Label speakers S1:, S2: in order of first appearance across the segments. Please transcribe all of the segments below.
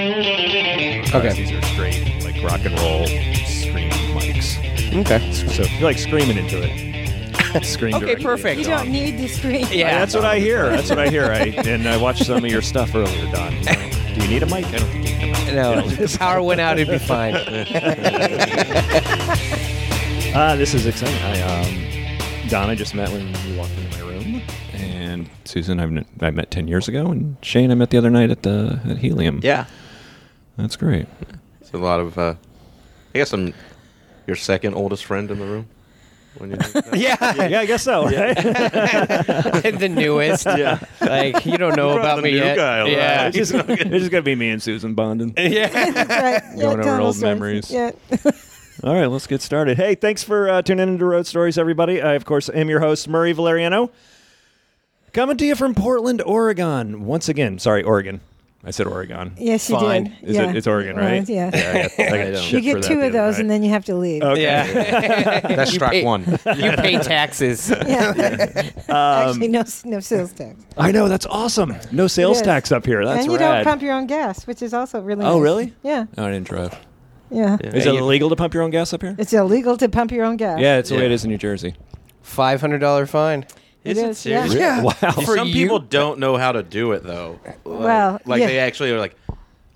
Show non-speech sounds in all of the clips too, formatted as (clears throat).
S1: Okay.
S2: These are straight like rock and roll scream mics.
S1: Okay.
S2: So if you like screaming into it, (laughs) scream.
S1: Okay,
S2: directly
S1: perfect.
S2: into
S3: You
S2: it.
S3: don't need the screen.
S1: Yeah.
S2: That's what I hear. That's what I hear. I and I watched some of your stuff earlier, Don. Do you need a mic? I don't think you need a mic.
S4: (laughs)
S1: No, if the power went out, it'd be fine.
S2: (laughs) Uh, this is exciting. I, um, Don, I just met when you walked into my room, and Susan, I've kn- I met ten years ago, and Shane, I met the other night at the at Helium.
S5: Yeah.
S2: that's great.
S5: It's a lot of, uh, I guess I'm your second oldest friend in the room. When you
S1: (laughs) yeah.
S2: Yeah, I guess (laughs) so. Right?
S1: I'm the newest.
S2: Yeah.
S1: Like you don't
S2: (laughs)
S1: know
S2: You're
S1: about
S2: the
S1: me
S2: new
S1: yet.
S2: guy, right?
S1: yeah.
S2: (laughs) it's just, it's just gonna be me and Susan bonding.
S1: (laughs) yeah.
S3: Right.
S2: (laughs)
S3: Yeah,
S2: Going over
S3: Donald
S2: old
S3: Swanson.
S2: memories.
S3: Yeah. (laughs)
S2: All right, let's get started. Hey, thanks for uh, tuning into Road Stories, everybody. I, of course, am your host, Murray Valeriano, coming to you from Portland, Oregon. Once again, sorry, Oregon. I said
S3: (laughs)
S2: Oregon.
S3: Yes, you
S2: Fine.
S3: did.
S2: Is
S3: Yeah.
S2: it? It's Oregon,
S3: Well,
S2: right?
S3: yeah.
S2: I got, I got
S5: I don't-
S2: shit
S3: you
S2: for
S3: get
S2: that
S3: two
S2: the
S3: of
S2: other
S3: those,
S2: night.
S3: and then you have to leave.
S2: Okay.
S1: Yeah.
S5: That's
S1: You
S5: track
S1: pay-
S5: one.
S1: You pay taxes.
S2: (laughs)
S3: Yeah. (laughs)
S2: Um,
S3: Actually, no, no sales tax.
S2: I know that's awesome. No sales
S3: is.
S2: tax up here. That's
S3: and you
S2: rad.
S3: don't pump your own gas, which is also really.
S2: Oh,
S3: nice.
S2: really?
S3: Yeah.
S2: Oh, I didn't drive.
S3: Yeah.
S2: Is it illegal to pump your own gas up here?
S3: It's illegal to pump your own gas.
S2: yeah, it's the way
S4: Yeah.
S2: it is in New Jersey.
S1: Five hundred dollar fine.
S3: It
S4: Is it
S3: is. Yeah.
S4: serious?
S2: (laughs)
S3: yeah.
S2: Wow.
S1: (laughs)
S3: (laughs)
S1: For
S5: Some
S1: you-
S5: people don't know how to do it though. Like,
S3: Well,
S5: like
S3: yeah.
S5: they actually are like,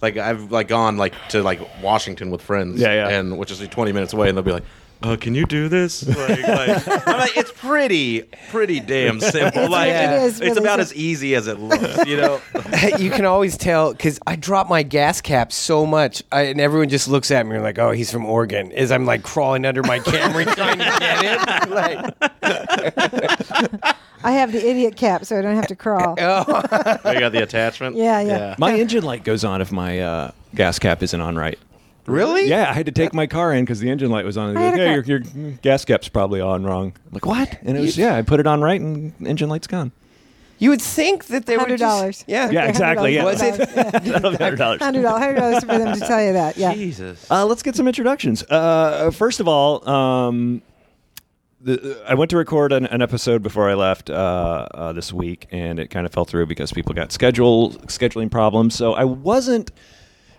S5: like I've like gone like to like Washington with friends,
S2: Yeah, yeah.
S5: and which is like twenty minutes away, and they'll be like, "Uh, can you do this?" Like, like, I'm like, it's pretty, pretty (laughs) damn simple. Like,
S3: it is
S5: it's
S3: really
S5: about
S3: sim-
S5: as easy as it looks, you (laughs) know.
S4: (laughs) you can always tell because I drop my gas cap so much, I, and everyone just looks at me like, "Oh, he's from Oregon." As I'm like crawling under my Camry (laughs) trying to get it, like,
S3: I have the idiot cap, so I don't have
S2: (laughs)
S3: to crawl.
S4: oh,
S5: I got the attachment.
S3: Yeah, yeah.
S2: My engine light goes on if my uh, gas cap isn't on right.
S4: really?
S2: Yeah, I had to take my car in because the engine light was on. They're
S3: I
S2: Like,
S3: had a
S2: hey, your, your gas cap's probably on wrong. I'm like what? And it was yeah, I put it on right, and engine light's
S3: (laughs)
S2: gone.
S4: You would think that they were
S3: Hundred dollars.
S4: just yeah.
S2: Yeah, exactly, yeah.
S4: Was it?
S2: Hundred dollars.
S3: Hundred dollars. Hundred dollars for them to tell you that. Yeah.
S5: Jesus.
S2: Uh, let's get some introductions. Uh, first of all, um, the, uh, I went to record an, an episode before I left uh, uh, this week, and it kind of fell through because people got schedule scheduling problems. So I wasn't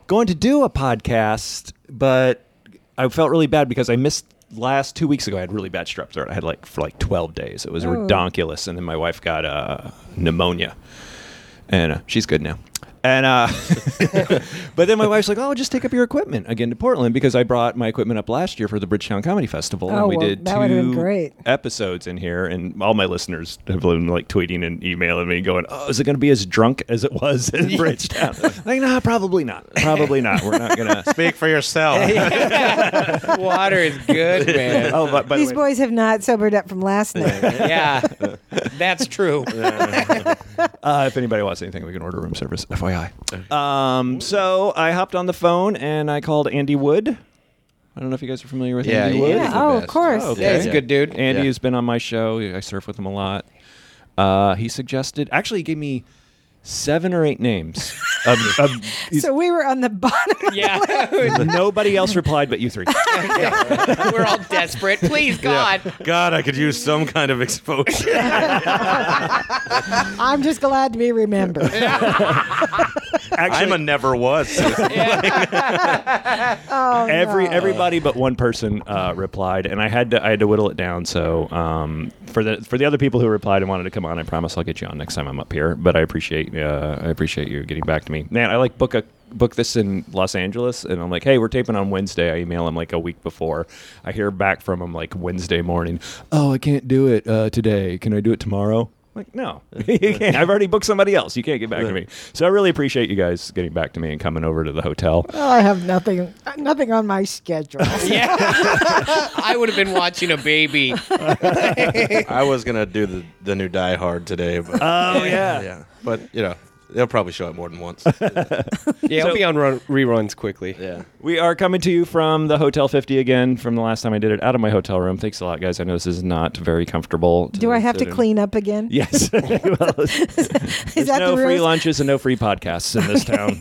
S2: going to do a podcast, but I felt really bad because I missed last two weeks ago. I had really bad strep throat. I had like for like twelve days. It was
S3: Oh.
S2: redonkulous, and then my wife got uh, pneumonia, and uh, she's good now. And uh, (laughs) but then my wife's like, "Oh, just take up your equipment again to Portland because I brought my equipment up last year for the Bridgetown Comedy Festival,
S3: Oh,
S2: and we
S3: well,
S2: did
S3: that would've been
S2: two
S3: great.
S2: episodes in here, and all my listeners have been like tweeting and emailing me, going, "Oh, is it going to be as drunk as it was
S3: (laughs)
S2: in Bridgetown?" like, nah, probably not. Probably not. We're not gonna.
S3: (laughs)
S5: Speak for yourself.
S1: Water is good, man.
S2: Oh, but by
S3: These
S2: the way,
S3: boys have not sobered up from last night.
S1: Yeah. That's true.
S2: uh, if anybody wants anything, we can order room service. FYI. Um, so I hopped on the phone and I called Andy Wood. I don't know if you guys are familiar with
S5: Yeah,
S2: Andy
S5: he
S2: Wood.
S5: is
S3: Yeah,
S5: the
S3: oh, of
S5: best.
S3: course.
S2: Oh, okay.
S1: Yeah, he's a good dude.
S2: Andy
S5: Yeah.
S2: has been on my show. I surf with him a lot. Uh, he suggested, actually, he gave me seven or eight names. (laughs) Of, of,
S3: So we were on the (laughs) bottom.
S1: Yeah.
S2: um,
S3: (laughs)
S2: nobody else replied but you three.
S1: We're all desperate. Please, God.
S5: God, I could use some kind of (laughs) exposure.
S3: I'm just glad to be
S2: (laughs)
S3: remembered.
S2: Actually,
S5: I'm a never was.
S3: Oh,
S2: every everybody but one person uh, replied, and I had to I had to whittle it down. So um, for the for the other people who replied and wanted to come on, I promise I'll get you on next time I'm up here. But I appreciate uh, I appreciate you getting back to me, man. I like book a book this in Los Angeles, and I'm like, hey, we're taping on Wednesday. I email him like a week before. I hear back from him like Wednesday morning. Oh, I can't do it uh, today. Can I do it tomorrow? Like, no, (laughs) you can't. I've already booked somebody else. You can't get back to me. So I really appreciate you guys getting back to me and coming over to the hotel.
S3: Oh, I have nothing, nothing on
S2: (laughs)
S3: my schedule.
S1: Yeah. I would have been watching a baby.
S5: (laughs) I was gonna do the, the new Die Hard today, but
S2: Oh yeah.
S5: (laughs) yeah, but you know they'll probably show it more than once.
S4: Yeah,
S2: So-
S4: I'll be on run- reruns quickly.
S5: yeah,
S2: We are coming to you from the Hotel 50 again from the last time I did it out of my hotel room. Thanks a lot, guys. I know this is not very comfortable.
S3: Do I have to
S2: sit in.
S3: clean up again?
S2: (laughs) Yes. Well,
S3: (laughs) Is
S2: there's
S3: that
S2: no
S3: the
S2: free
S3: rules?
S2: lunches and no free podcasts in this
S3: (laughs)
S2: town.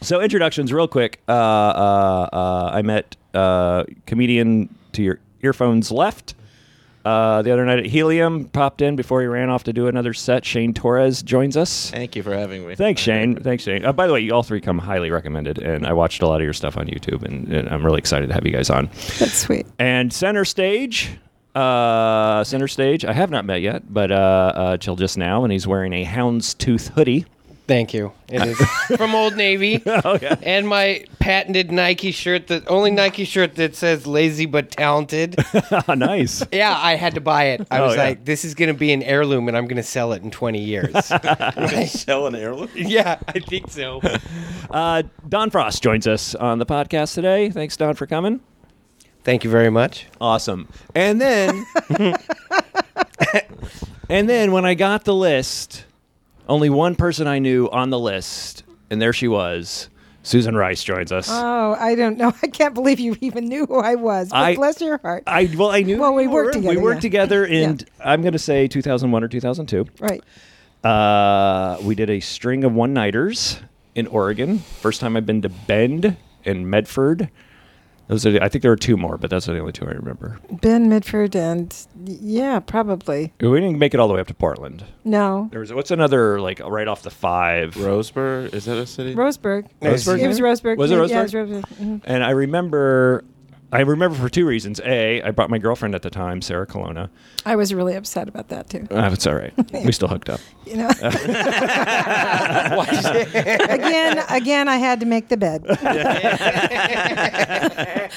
S2: so, introductions, real quick. Uh, uh, uh, I met uh, comedian to your earphones left. Uh, the other night at Helium, popped in before he ran off to do another set. Shane Torres joins us.
S5: Thank you for having me.
S2: Thanks,
S5: (laughs)
S2: Shane. Thanks, Shane. Uh, by the way, you all three come highly recommended, and I watched a lot of your stuff on YouTube, and, and I'm really excited to have you guys on.
S3: That's sweet.
S2: And center stage, uh, center stage. I have not met yet, but uh, uh, till just now, and he's wearing a houndstooth hoodie.
S1: Thank you. It is.
S6: from Old Navy. And my patented Nike shirt, the only Nike shirt that says lazy but talented.
S2: Ah, nice.
S1: yeah, I had to buy it. I
S2: Oh,
S1: was
S2: yeah.
S1: like, this is going to be an heirloom and I'm going to sell it in 20 years. (laughs)
S5: Sell an heirloom?
S1: yeah, I think so.
S2: Uh, Don Frost joins us on the podcast today. Thanks, Don, for coming.
S1: Thank you very much. (laughs)
S2: Awesome. And then, and then when I got the list, only one person I knew on the list, and there she was. Susan Rice joins us.
S3: Oh, I don't know. (laughs) I can't believe you even knew who I was. But
S2: I-
S3: bless your heart.
S2: I well, I knew.
S3: Well, we
S2: you
S3: worked
S2: were.
S3: together,
S2: We worked
S3: yeah.
S2: together in
S3: (laughs) Yeah.
S2: I'm going to say 2001 or 2002.
S3: right.
S2: Uh, we did a string of one nighters in Oregon. First time I've been to Bend and Medford. Those are, the- I think there were two more, but that's the only two I remember.
S3: Ben Midford and yeah, probably.
S2: We didn't make it all the way up to Portland.
S3: No.
S2: There was what's another like right off the five.
S5: Roseburg? Is that a city?
S3: Roseburg.
S2: Roseburg?
S3: It was Roseburg.
S2: Was it
S3: Yeah,
S2: Roseburg?
S3: Yeah, it was Roseburg. Mhm.
S2: And I remember, I remember for two reasons. A, I brought my girlfriend at the time, Sarah Colonna.
S3: I was really upset about that too.
S2: Uh, it's all
S3: (laughs)
S2: right. we still hooked up. (laughs)
S3: You know. (laughs) again, again, I had to make the bed.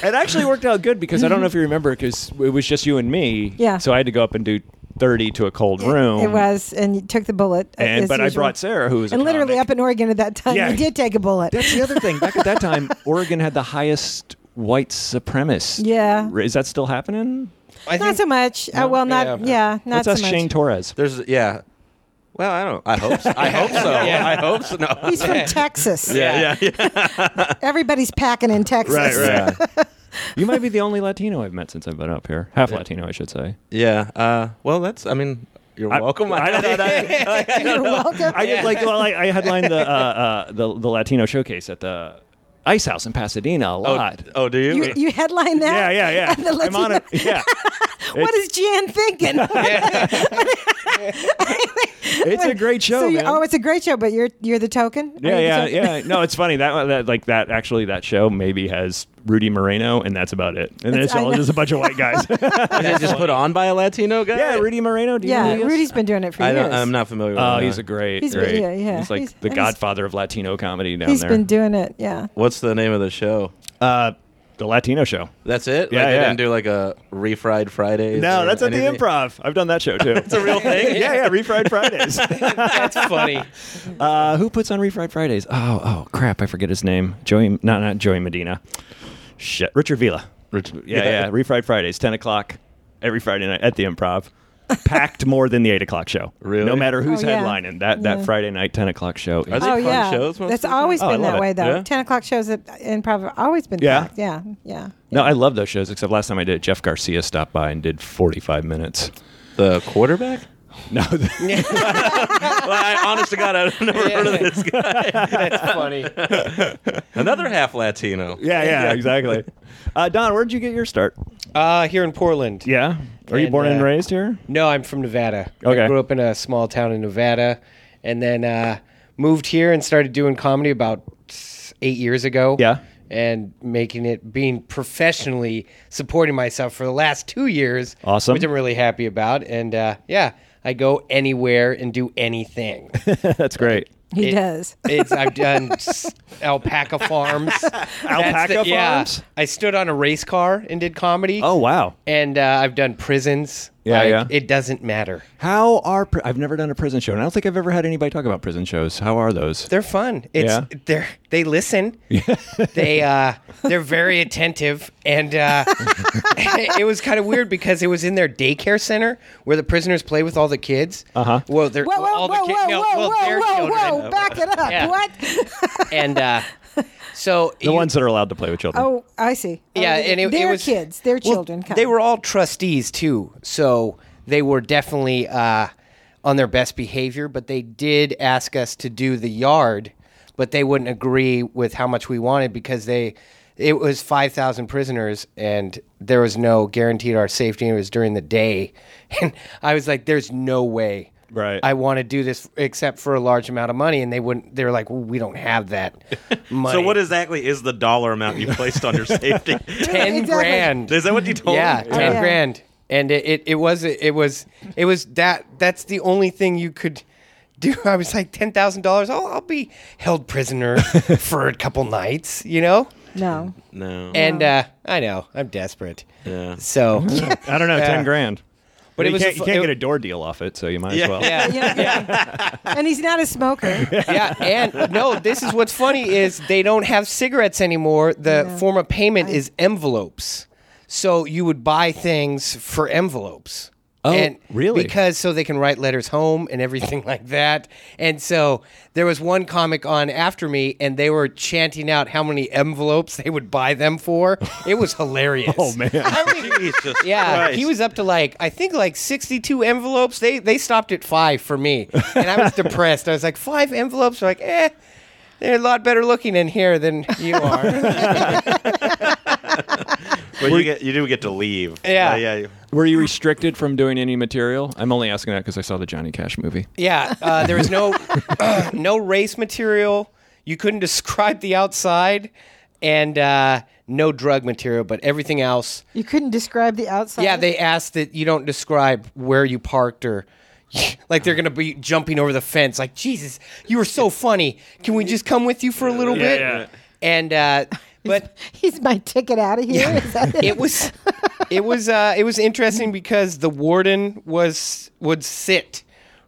S2: It actually worked out good because I don't know if you remember because it was just you and me.
S3: Yeah.
S2: So I had to go up and do thirty to a cold room.
S3: It was, and you took the bullet. uh,
S2: And
S3: as
S2: but I
S3: usual.
S2: brought Sarah, who was
S3: And
S2: a
S3: literally
S2: comic.
S3: up in Oregon at that time,
S2: Yeah.
S3: you did take a bullet.
S2: That's the other thing. Back at
S3: (laughs)
S2: that time, Oregon had the highest white supremacist.
S3: Yeah.
S2: Is that still happening?
S1: I
S3: not
S1: (laughs)
S3: so much. Uh, well, not yeah,
S1: Yeah.
S3: not
S2: That's us,
S3: so much.
S2: Shane Torres.
S5: There's, yeah. Well, I don't. I hope. So. I hope so.
S6: Yeah.
S5: I hope so. No.
S2: (laughs)
S3: He's from Texas.
S5: (laughs) Yeah, yeah, yeah.
S3: Everybody's packing in Texas.
S2: Yeah. you might be the only Latino I've met since I've been up here. Half Latino, I should say.
S5: Yeah. Uh, well, that's. I mean, you're
S2: I-
S5: welcome.
S2: I don't know
S3: (laughs) You're welcome.
S2: (laughs) I did like well, I, I headlined the, uh, uh, the the Latino showcase at the Ice House in Pasadena a
S5: Oh,
S2: lot.
S5: (laughs) oh, do you?
S3: you, you headline
S2: yeah,
S3: that?
S2: yeah, yeah.
S3: (laughs) And the
S2: I'm on
S3: Latino-
S2: it. Yeah.
S3: What is
S2: (laughs)
S3: Jan thinking?
S2: It's a great show,
S3: (laughs) so you,
S2: man.
S3: oh, it's a great show, but you're you're the token. Are
S2: yeah,
S3: you the
S2: yeah,
S3: token?
S2: yeah. No, it's funny that that like that actually that show maybe has Rudy Moreno and that's about it, and then
S3: It's-
S2: it's
S3: I
S2: all
S3: know.
S2: just a bunch of white
S3: (laughs)
S2: guys.
S5: Is it just put on by a Latino guy?
S2: yeah, Rudy Moreno. Do you
S3: Yeah,
S2: know who he is?
S3: Rudy's been doing it for
S5: I
S3: years.
S5: don't, I'm not familiar with
S2: Oh,
S5: him,
S2: he's
S5: no.
S2: a great,
S3: He's been-
S2: great.
S3: yeah, yeah.
S2: He's like
S3: He's-
S2: the
S3: and he's-
S2: godfather of Latino comedy down
S3: He's
S2: there.
S3: been doing it. Yeah.
S5: What's the name of the show?
S2: uh, the Latino show.
S5: That's it?
S2: Yeah, yeah.
S5: like, They didn't do like a refried Fridays?
S2: No,
S5: or
S2: that's at the
S5: anything?
S2: improv. I've done that show too. it's a real thing. (laughs) yeah, yeah, Refried (laughs) Fridays.
S6: That's funny.
S2: uh, who puts on Refried Fridays? Oh, oh, crap! I forget his name. Joey, not not Joey Medina. Shit, Richard Vila.
S5: Richard-
S2: Yeah, yeah. Refried Fridays, ten o'clock every Friday night at the Improv. Packed more than the eight o'clock show.
S5: Really?
S2: No matter who's
S3: Oh, yeah.
S2: headlining that that
S3: Yeah.
S2: Friday night ten o'clock show.
S5: Are
S2: is-
S5: they
S3: oh
S5: fun
S3: yeah.
S5: shows most
S3: That's
S5: of the time?
S3: always
S2: Oh, I
S3: been
S2: love
S3: that way
S2: it.
S3: though.
S5: Yeah?
S3: Ten o'clock shows at improv have always been
S2: Yeah.
S3: packed. Yeah. Yeah.
S2: no, I love those shows. Except last time I did, it, Jeff Garcia stopped by and did forty five minutes. (laughs)
S5: The quarterback?
S2: No, the-
S5: (laughs) well, I, honest to God, I've never heard of this guy.
S6: That's funny.
S5: (laughs) Another half Latino.
S2: yeah, (laughs) yeah, exactly. Uh, Don, where'd you get your start?
S1: Uh, here in Portland.
S2: Yeah, are you
S1: And,
S2: born and
S1: uh,
S2: raised here?
S1: No, I'm from Nevada.
S2: Okay.
S1: I grew up in a small town in Nevada and then uh, moved here and started doing comedy about eight years ago.
S2: Yeah.
S1: And making it, being professionally supporting myself for the last two years.
S2: Awesome.
S1: Which I'm really happy about. And uh, yeah, I go anywhere and do
S2: (laughs)
S1: anything.
S2: (laughs) That's great.
S3: He
S1: It-
S3: does.
S1: It's I've done s- alpaca farms.
S2: (laughs) Alpaca
S1: yeah.
S2: farms?
S1: I stood on a race car and did comedy.
S2: Oh wow.
S1: And uh, I've done prisons.
S2: Yeah, yeah.
S1: It doesn't matter.
S2: How are pri- I've never done a prison show, and I don't think I've ever had anybody talk about prison shows. How are those?
S1: They're fun. It's
S2: Yeah.
S1: they're they listen.
S2: (laughs)
S1: they uh they're very attentive and uh (laughs) it was kind of weird because it was in their daycare center where the prisoners play with all the kids. Uh-huh. Well, they're
S3: (laughs) Whoa, whoa,
S1: all
S3: whoa,
S1: the kids
S3: whoa,
S1: no,
S3: whoa,
S1: well, their
S3: whoa, whoa,
S1: children.
S3: whoa! Back it up.
S1: Yeah.
S3: What?
S1: And uh so
S2: The ones that are allowed to play with children.
S3: Oh, I see. Oh,
S1: yeah,
S3: they-
S1: and it,
S3: their
S1: it was
S3: kids, their
S1: Well,
S3: children.
S1: They were all trustees too, so they were definitely uh, on their best behavior. But they did ask us to do the yard, but they wouldn't agree with how much we wanted because they it was 5,000 prisoners and there was no guaranteed our safety. And it was during the day. (laughs) And I was like, there's no way.
S2: Right.
S1: I want to do this except for a large amount of money. And they wouldn't, they were like, well, we don't have that money.
S5: (laughs) So what exactly is the dollar amount you placed (laughs) on your safety?
S1: 10
S3: Exactly.
S1: grand.
S5: is that what you told
S1: yeah,
S5: me?
S1: ten
S3: yeah.
S1: grand, and it, it, it was it was it was that that's the only thing you could do. (laughs) I was like ten thousand dollars. Oh, I'll be held
S2: (laughs)
S1: prisoner for a couple nights, you know. (laughs)
S3: No.
S5: No.
S1: And uh, I know I'm desperate,
S5: yeah.
S2: (laughs)
S1: so
S2: (laughs) I don't know, ten grand. But
S1: it
S2: you
S1: was a
S2: can't, you
S1: fu-
S2: can't
S1: it-
S2: get a door deal off it, so you might
S5: Yeah.
S2: as well. (laughs)
S1: yeah,
S3: You know, And he's not a smoker.
S1: (laughs) yeah. And no, this is what's funny is they don't have cigarettes anymore. The
S3: know.
S1: form of payment
S3: I-
S1: is envelopes. So you would buy things for envelopes.
S2: Oh, really?
S1: Because so they can write letters home and everything (laughs) like that. And so there was one comic on after me, and they were chanting out how many envelopes they would buy them for. It
S2: (laughs)
S1: was hilarious.
S2: Oh man.
S1: I mean,
S5: Jesus
S1: yeah,
S5: Christ.
S1: he was up to like I think like sixty-two envelopes. They they stopped at five for me, and I was depressed. I was like, five envelopes. like, eh, they're a lot better looking in here than you are.
S5: Well, you get you do get to leave.
S1: Yeah.
S5: yeah. you-
S2: Were you restricted from doing any material? I'm only asking that because I saw the Johnny Cash movie.
S1: yeah, uh, there was no (clears throat) no race material. You couldn't (laughs) describe the outside, and uh, no drug material, but everything else.
S3: You couldn't describe the outside.
S1: Yeah, they asked that you don't describe where you parked or (laughs) like they're gonna be jumping over the fence. Like Jesus, you were so funny. Can we just come with you for a little bit?
S2: yeah.
S1: And uh, but
S3: (laughs) He's my ticket out of here. Is that
S1: (laughs)
S3: it?
S1: it was it was uh, it was interesting because the warden was would sit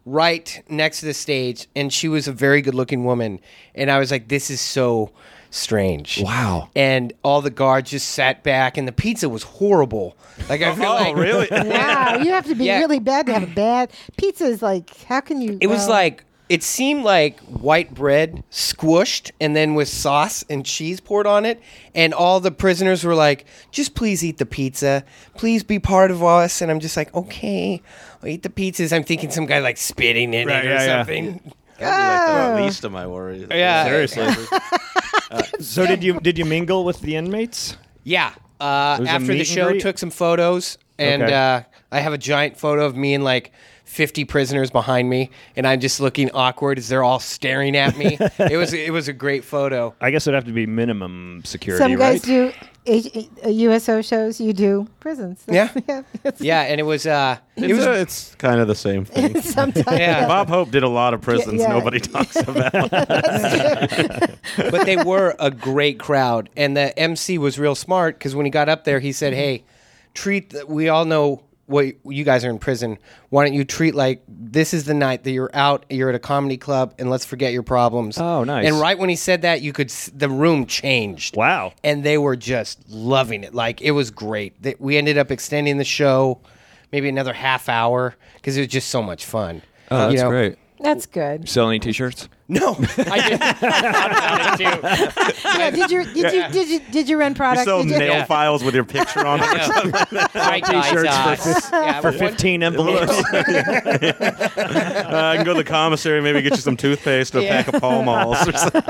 S1: right next to the stage, and she was a very good looking woman, and I was like, this is so strange.
S2: Wow.
S1: And all the guards just sat back, and the pizza was horrible. Like I feel
S5: Oh,
S1: like
S5: (laughs) really?
S3: Wow, you have to be
S1: Yeah.
S3: really bad to have a bad pizza. Is like, how can you?
S1: It was
S3: well,
S1: like it seemed like white bread squished and then with sauce and cheese poured on it and all the prisoners were like just please eat the pizza please be part of us and i'm just like okay I'll eat the pizzas i'm thinking some guy like spitting in
S2: Right,
S1: it or
S2: yeah, yeah.
S1: something
S5: That'd be like the
S3: Oh.
S5: least of my worries.
S1: Yeah.
S5: (laughs) Seriously.
S2: So did you did you mingle with the inmates?
S1: yeah, uh,
S2: was a meet
S1: after the
S2: and
S1: show
S2: greet?
S1: took some photos and
S2: Okay.
S1: uh, i have a giant photo of me and like 50 prisoners behind me and i'm just looking awkward as they're all staring
S2: (laughs)
S1: at me it was it was a great photo
S2: I guess it'd have to be minimum security,
S3: some guys
S2: right?
S3: do H- uh, USO shows. You do prisons.
S1: Yeah.
S3: (laughs) It's-
S1: yeah and it was uh
S5: It's,
S1: it was
S5: uh, it's kind of the same thing.
S3: Sometimes.
S1: Yeah.
S5: Bob Hope did a lot of prisons
S3: Yeah, yeah.
S5: nobody
S3: (laughs)
S5: talks about.
S1: but they were a great crowd and the mc was real smart because when he got up there he said hey treat the, we all know what you guys are in prison why don't you treat like this is the night that you're out you're at a comedy club and let's forget your problems
S2: Oh, nice.
S1: and right when he said that you could s- the room changed
S2: Wow.
S1: and they were just loving it like it was great They- we ended up extending the show maybe another half hour because it was just so much fun
S2: Oh, that's
S1: You know?
S2: great.
S3: That's good.
S2: Sell any T-shirts?
S1: no i did I thought about it too
S3: Yeah, did you did you did you did you run
S5: You
S3: products?
S5: sell
S3: Did you-
S5: nail
S1: Yeah.
S5: files with your picture (laughs) on it.
S1: Right
S2: T-shirts
S1: guys,
S2: for
S1: guys. Yeah,
S2: For
S1: one-
S2: fifteen envelopes.
S5: Uh, I can go to the commissary, maybe get you some toothpaste, and a
S1: Yeah.
S5: pack of Pall Malls (laughs) or something.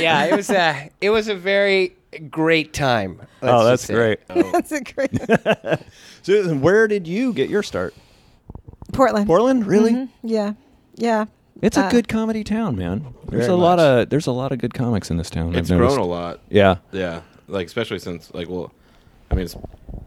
S1: Yeah, it was a it was a very great time. let's
S2: (laughs) oh,
S1: just
S2: that's
S1: say.
S2: great.
S3: That's a great
S2: Susan, where did you get your start?
S3: Portland.
S2: Portland, really?
S3: Yeah, yeah.
S2: It's a
S3: Uh,
S2: good comedy town, man. There's
S5: very
S2: a lot
S5: much.
S2: of there's a lot of good comics in this town.
S5: It's
S2: I've
S5: grown
S2: noticed.
S5: a lot.
S2: Yeah.
S5: Yeah, like especially since like well, I mean, it's,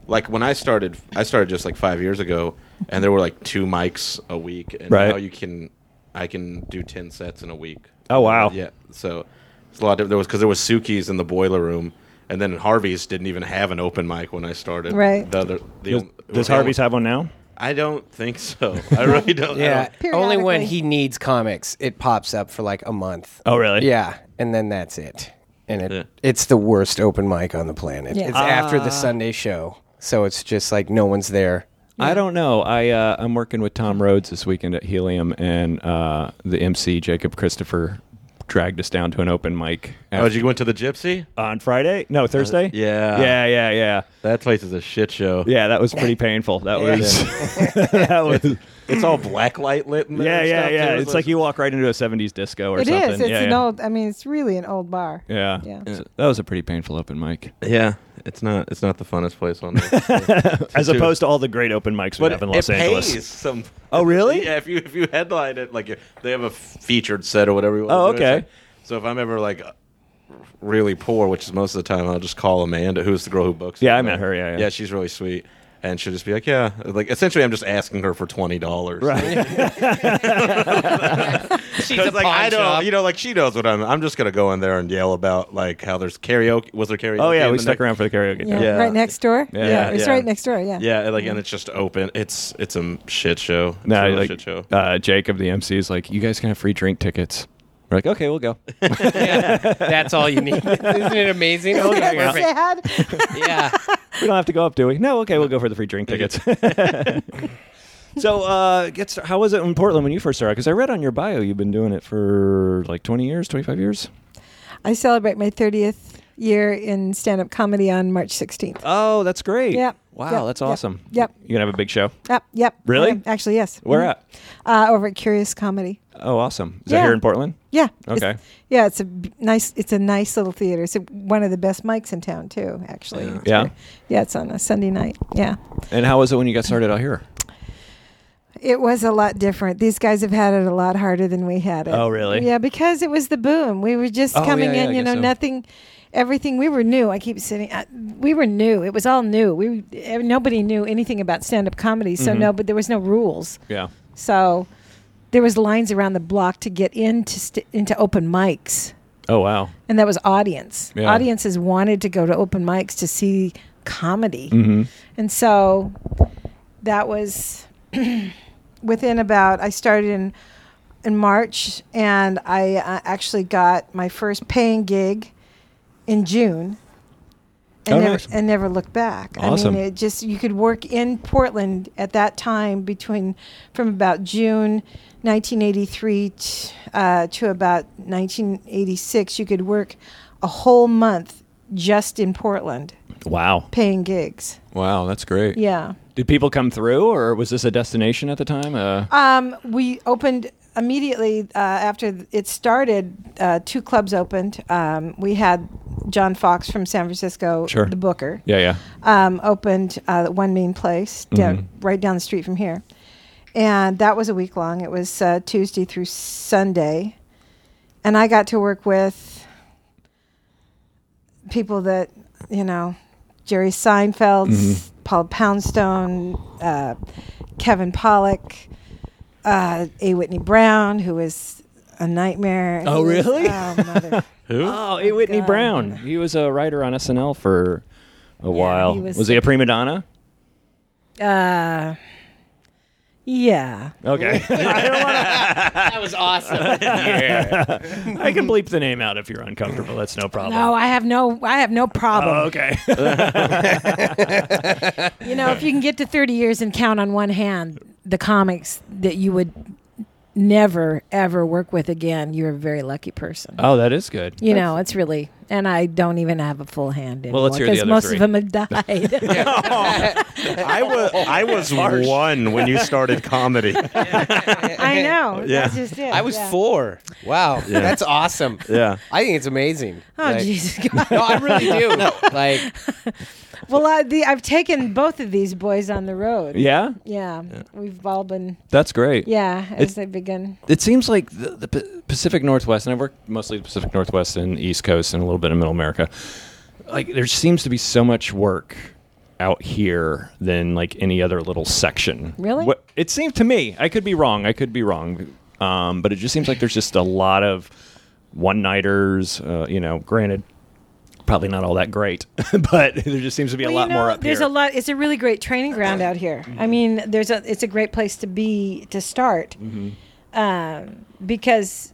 S5: like when I started, I started just like five years ago, and there were like two mics a week, and
S2: Right.
S5: now you can, I can do ten sets in a week.
S2: Oh, wow.
S5: Yeah, so it's a lot. Of, there was because there was Suki's in the boiler room, and then Harvey's didn't even have an open mic when I started.
S3: Right.
S5: The other, the
S2: Does,
S5: on-
S2: does
S5: the
S2: Harvey's
S5: only-
S2: have one now?
S5: I don't think (laughs) so. I really don't. I
S1: Yeah,
S5: don't-
S1: Uh, only when
S3: Periodically.
S1: he needs comics, it pops up for like a month.
S2: Oh, really?
S1: Yeah, and then that's it. And it
S5: Yeah.
S1: it's the worst open mic on the planet.
S3: Yeah. Ah.
S1: It's after the Sunday show, so it's just like no one's there.
S2: I don't know. I uh, I'm working with Tom Rhodes this weekend at Helium, and uh, the MC Jacob Christopher dragged us down to an open mic
S5: Oh, did you went to the Gypsy?
S2: on Friday. No, Thursday.
S5: yeah.
S2: Uh, yeah, yeah, yeah,
S5: That place is a shit show.
S2: yeah. That was
S3: (laughs)
S2: pretty painful. That was. (laughs) that was.
S5: It's all black light lit. In there
S2: Yeah,
S5: and
S2: yeah,
S5: stuff,
S2: yeah.
S5: too.
S2: It's like you walk right into a '70s disco or
S3: It
S2: something.
S3: is. It's
S2: yeah,
S3: an
S2: yeah.
S3: old. I mean, it's really an old bar.
S2: Yeah.
S3: Yeah.
S2: So that was a pretty painful open mic,
S5: Yeah, it's not. It's not the funnest place on earth.
S2: (laughs) as opposed to all the great open mics we
S5: but
S2: have in Los
S5: it
S2: Angeles.
S5: pays some.
S2: Oh, really?
S5: Yeah. If you if you headline it, like they have a featured set or whatever. You want
S2: Oh,
S5: to do it.
S2: okay.
S5: So if I'm ever like really poor, which is most of the time, I'll just call Amanda, who's the girl who books.
S2: Yeah,
S5: it.
S2: I met her, yeah, yeah.
S5: Yeah, she's really sweet. And she'll just be like, yeah, like essentially, I'm just asking her for twenty dollars. (laughs)
S2: Right. (laughs)
S4: She's
S5: Because
S4: a
S5: like
S4: pawn
S5: I don't,
S4: shop.
S5: you know, like she knows what I'm. I'm just gonna go in there and yell about like how there's karaoke. Was there karaoke?
S2: Oh yeah,
S5: in
S2: we
S5: the
S2: stuck
S5: next-
S2: around for the karaoke.
S3: Yeah.
S2: Yeah.
S5: Yeah.
S3: Right next door.
S2: Yeah,
S3: It's
S5: yeah.
S3: right next door. (laughs) Yeah.
S5: Yeah, and, like and it's just open. It's it's a shit show. It's
S2: No,
S5: a real
S2: like
S5: shit show.
S2: uh, Jake of the MC is like, you guys can have free drink tickets. We're like, okay, we'll go. (laughs)
S4: That's all you
S1: (laughs)
S4: need.
S1: Isn't it amazing?
S3: Isn't that
S1: Perfect.
S3: sad?
S1: (laughs)
S3: (laughs)
S4: Yeah.
S2: we don't have to go up, do we? No, okay, we'll go for the free drink tickets. (laughs) so, uh, get st- how was it in Portland when you first started? Because I read on your bio you've been doing it for like 20 years, 25 years.
S3: I celebrate my 30th year in stand-up comedy on March 16th.
S2: Oh, that's great.
S3: Yeah.
S2: Wow,
S3: Yep.
S2: that's
S3: Yep.
S2: awesome.
S3: Yep.
S2: You're going to have a big show.
S3: Yep. Yep.
S2: Really?
S3: I am. Actually, yes.
S2: Where
S3: Mhm.
S2: at?
S3: Uh, over at Curious Comedy.
S2: Oh, awesome. Is that
S3: Yeah.
S2: here in Portland?
S3: Yeah. It's-
S2: Okay.
S3: yeah, it's a b- nice. It's a nice little theater. It's a, one of the best mics in town too. Actually. It's
S2: Yeah.
S3: very- yeah, it's on a Sunday night. Yeah.
S2: And how was it when you got started out here?
S3: It was a lot different. These guys have had it a lot harder than we had it.
S2: Oh, really?
S3: Yeah, because it was the boom. We were just
S2: Oh, yeah,
S3: coming
S2: yeah,
S3: in,
S2: I
S3: you
S2: guess
S3: know,
S2: so.
S3: nothing, everything. We were new. I keep sitting, I, we were new. It was all new. We eh, Nobody knew anything about stand up comedy.
S2: Mm-hmm.
S3: So, no, but there was no rules.
S2: Yeah.
S3: So, there was lines around the block to get into st- into open mics
S2: Oh, wow.
S3: and that was audience.
S2: Yeah.
S3: Audiences wanted to go to open mics to see comedy,
S2: Mm-hmm.
S3: and so that was (clears throat) within about. I started in in March, and I uh, actually got my first paying gig in June. And,
S2: Oh,
S3: never,
S2: nice.
S3: and never looked back.
S2: Awesome.
S3: I mean, it just you could work in Portland at that time between from about June 1983 t- uh, to about 1986. You could work a whole month just in Portland,
S2: Wow.
S3: paying gigs.
S2: Wow, that's great.
S3: Yeah.
S2: Did people come through, or was this a destination at the time? Uh,
S3: Um, we opened immediately uh, after th- it started. Uh, two clubs opened. Um, we had John Fox from San Francisco,
S2: Sure.
S3: the Booker.
S2: yeah, yeah.
S3: um, opened uh, One Main Place down, right down the street from here. And that was a week long. It was uh, Tuesday through Sunday. And I got to work with people that, you know, Jerry Seinfeld's, Paul Poundstone, uh, Kevin Pollock, uh, A. Whitney Brown, who was a nightmare.
S2: Oh,
S3: He was-
S2: really?
S3: oh, (laughs) mother.
S2: Oh, A. Whitney
S3: God.
S2: Brown. He was a writer on SNL for a while.
S3: he
S2: was,
S3: was-
S2: he a prima donna?
S3: uh, yeah. (laughs)
S2: Okay.
S4: That was awesome.
S2: I can bleep the name out if you're uncomfortable. That's no problem.
S3: No, I have no, I have no problem.
S2: Oh, okay. (laughs)
S3: You know, if you can get to 30 years and count on one hand the comics that you would never ever work with again, you're a very lucky person.
S2: oh, that is good.
S3: you know, it's really, and I don't even have a full hand
S2: Well,
S3: anymore
S2: let's hear the other
S3: most
S2: three.
S3: of them
S1: (laughs)
S3: have died.
S5: I (laughs) was I was one when you started comedy.
S3: (laughs) I know.
S5: Yeah.
S3: That's just it.
S1: I was
S3: yeah.
S1: four. Wow, that's awesome.
S5: Yeah.
S1: I think it's amazing.
S3: Oh
S1: Like-
S3: Jesus! (laughs) God.
S1: No, I really do. Like,
S3: Well, I, the, I've taken both of these boys on the road.
S2: Yeah,
S3: Yeah, we've all been.
S2: that's great.
S3: Yeah,
S2: It's-
S3: as they begin.
S2: It seems like the, the P- Pacific Northwest, and I've worked mostly the Pacific Northwest and East Coast and a little bit in Middle America. Like, there seems to be so much work out here than like any other little section.
S3: Really?
S2: What, it seemed to me. I could be wrong. I could be wrong. Um, but it just seems like there's just a lot of one-nighters. Uh, you know, granted, probably not all that great, (laughs) but there just seems to be a
S3: Well,
S2: lot
S3: you know,
S2: more up
S3: there's
S2: here. Mm-hmm.
S3: a lot. It's a really great training ground out here. I mean, there's a. It's a great place to be to start,
S2: Mm-hmm.
S3: um, because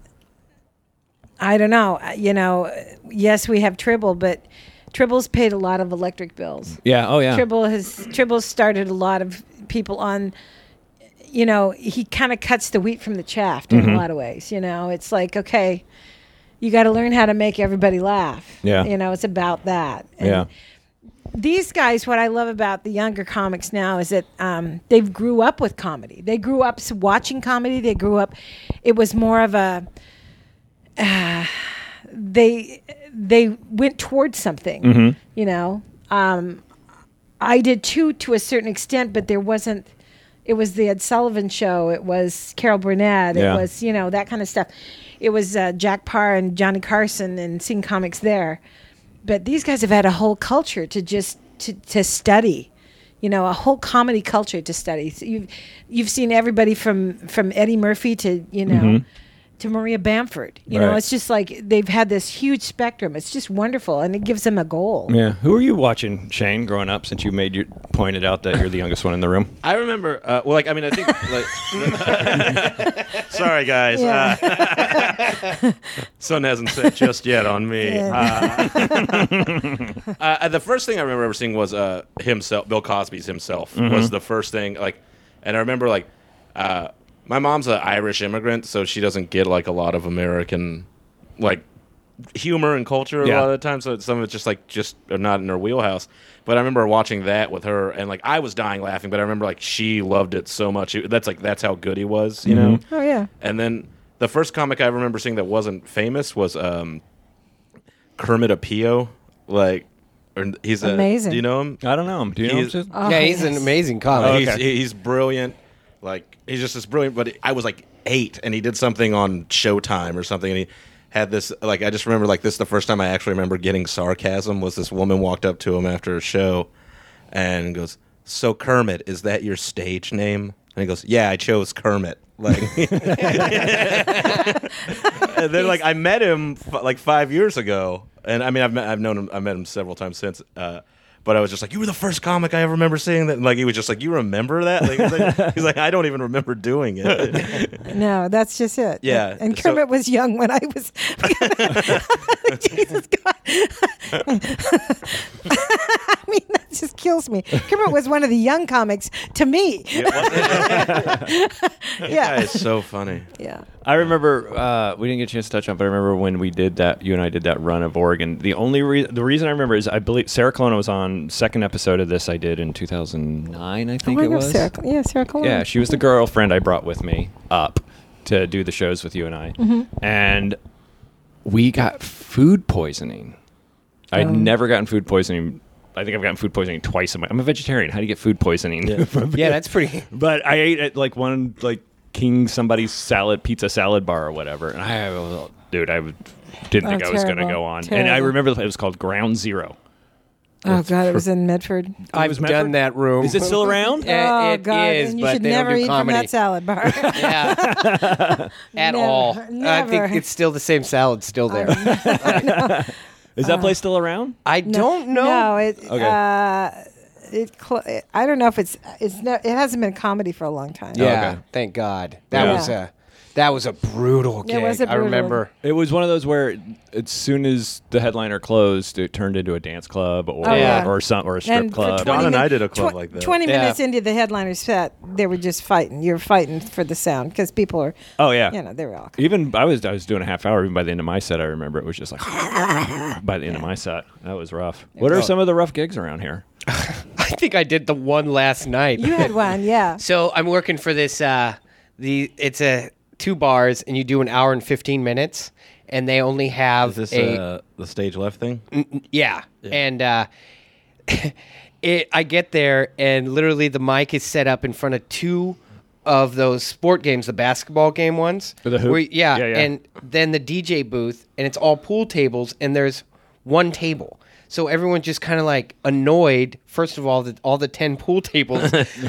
S3: I don't know. uh, You know, yes, we have Tribble, but Tribble's paid a lot of electric bills.
S2: yeah. Oh yeah.
S3: Tribble has Tribble started a lot of people on.
S2: Mm-hmm.
S3: You know, he kind of cuts the wheat from the chaff in a lot of ways. You know, it's like okay, you got to learn how to make everybody laugh.
S2: Yeah.
S3: You know, it's about that. And
S2: yeah.
S3: These guys, what I love about the younger comics now is that um, they've grew up with comedy. They grew up s- watching comedy. They grew up. It was more of a. Uh, they they went towards something. You know, um, I did too to a certain extent, but there wasn't. It was the Ed Sullivan Show. It was Carol Burnett.
S2: Yeah.
S3: It was you know that kind of stuff. It was uh, Jack Parr and Johnny Carson and seeing comics there. But these guys have had a whole culture to just to, to study. You know, a whole comedy culture to study. So you've you've seen everybody from from Eddie Murphy to you know to Maria Bamford. You know,
S2: Mm-hmm. Right.
S3: it's just like they've had this huge spectrum. It's just wonderful, and it gives them a goal.
S2: Yeah. Who are you watching, Shane, growing up since you made your pointed out that you're the youngest one in the room?
S5: (laughs) I remember. Uh, well, like I mean, I think like (laughs)
S7: Sorry, guys.
S3: Yeah.
S7: Uh, sun hasn't set just yet on me.
S5: uh, the first thing I remember ever seeing was uh, himself. Bill Cosby's himself was the first thing. Like, and I remember like uh, my mom's an Irish immigrant, so she doesn't get like a lot of American like humor and culture
S2: Yeah.
S5: a lot of the time. So some of it's just like just are not in her wheelhouse. But I remember watching that with her, and like I was dying laughing. But I remember like she loved it so much. It- that's like that's how good he was, you know.
S3: Oh yeah.
S5: And then the first comic I remember seeing that wasn't famous was um, Kermit Apio. Like, or he's a-
S3: Amazing.
S5: Do you know him?
S2: I don't know. Do you know?
S5: He's-
S2: him, Sid?
S3: Oh,
S1: yeah, he's an
S3: yes.
S1: amazing
S2: Oh,
S5: Uh,
S1: comic.
S5: he's, he's brilliant. Like, he's just this brilliant. But I was like eight, and he did something on Showtime or something, and he had this. Like, I just remember like this. is The first time I actually remember getting sarcasm was this woman walked up to him after a show, and goes, "So Kermit, is that your stage name?" And he goes, "Yeah, I chose Kermit." Like. (laughs) and then like I met him f- like five years ago, and I mean I've met, I've known him I've met him several times since. Uh, but I was just like, you were the first comic I ever remember seeing that. And, like he was just like, you remember that? Like, he's, like, he's like, I don't even remember doing (laughs) it.
S3: No, that's just it.
S5: Yeah,
S3: And
S5: so-
S3: Kermit was young when I
S1: (laughs)
S3: was. Jesus God. (laughs) I mean, that just kills me. Kermit was one of the young comics to me. (laughs)
S5: yeah,
S3: yeah.
S5: it's so funny.
S3: Yeah.
S2: I remember uh, we didn't get a chance to touch on, but I remember when we did that. You and I did that run of Oregon. The only re- the reason I remember is I believe Sarah Colonna was on second episode of this. I did in two thousand nine. I think
S3: I
S2: it
S3: know
S2: was.
S3: Oh Sarah, yeah, Sarah Colon.
S2: Yeah, she was the girlfriend I brought with me up to do the shows with you and I,
S3: Mm-hmm.
S2: and we got food poisoning. I'd
S3: Oh.
S2: never gotten food poisoning. I think I've gotten food poisoning twice. In my, I'm a vegetarian. How do you get food poisoning? (laughs)
S1: yeah, that's pretty.
S2: But I ate at like one like King somebody's salad pizza salad bar or whatever, and I was- dude, I w- didn't
S3: Oh,
S2: think I was going to
S3: terrible.
S2: go on. And I
S3: Terrible.
S2: remember it was called Ground Zero.
S3: oh, God, it was in Medford.
S2: was
S1: I've
S2: Medford?
S1: done that room.
S2: Is it still around?
S1: Yeah,
S3: oh,
S1: it
S3: God.
S1: is,
S3: and you
S1: but
S3: should
S1: they don't
S3: never
S1: do
S3: eat
S1: comedy.
S3: from that
S1: (laughs)
S3: salad bar. (laughs)
S1: Yeah. At
S3: Never,
S1: all. I think
S3: never. Oh,
S1: it's still the same salad still there.
S2: Is that
S3: Uh.
S2: place still around?
S1: I don't know.
S3: No, it.
S2: Okay.
S3: Uh, it cl- I don't know if it's it's no, it hasn't been comedy for a long time.
S1: Yeah,
S2: okay.
S1: thank God. That
S2: Yeah.
S1: was a that was a brutal gig.
S3: was a
S1: I
S3: brutal-
S1: remember.
S2: It was one of those where, as soon as the headliner closed, it turned into a dance club or
S3: Oh, yeah.
S2: or some or a strip
S3: for
S2: club.
S3: 20
S5: Don and I
S3: min-
S5: did a club
S3: tw-
S5: like that.
S3: 20
S1: Yeah.
S3: minutes into the headliner set, they were just fighting. You're fighting for the sound because people are,
S2: oh yeah,
S3: you know, they were all.
S2: even I was I was doing a half hour. Even by the end of my set, I remember it was just like (laughs) by the end of my set, that was rough. What are some of the rough gigs around here?
S1: (laughs) I think I did the one last night.
S3: You had one, yeah.
S1: So I'm working for this. Uh, the it's a two bars, and you do an hour and fifteen minutes, and they only have
S5: Is this
S1: a
S5: uh, the stage left thing?
S1: yeah. And uh, (laughs) it, I get there, and literally the mic is set up in front of two of those sport games, the basketball game ones.
S2: With the hoop?
S1: Where- yeah,
S2: Yeah, yeah.
S1: And then the DJ booth, and it's all pool tables, and there's one table. So everyone's just kind of like annoyed. First of all, that all the ten pool (laughs) tables,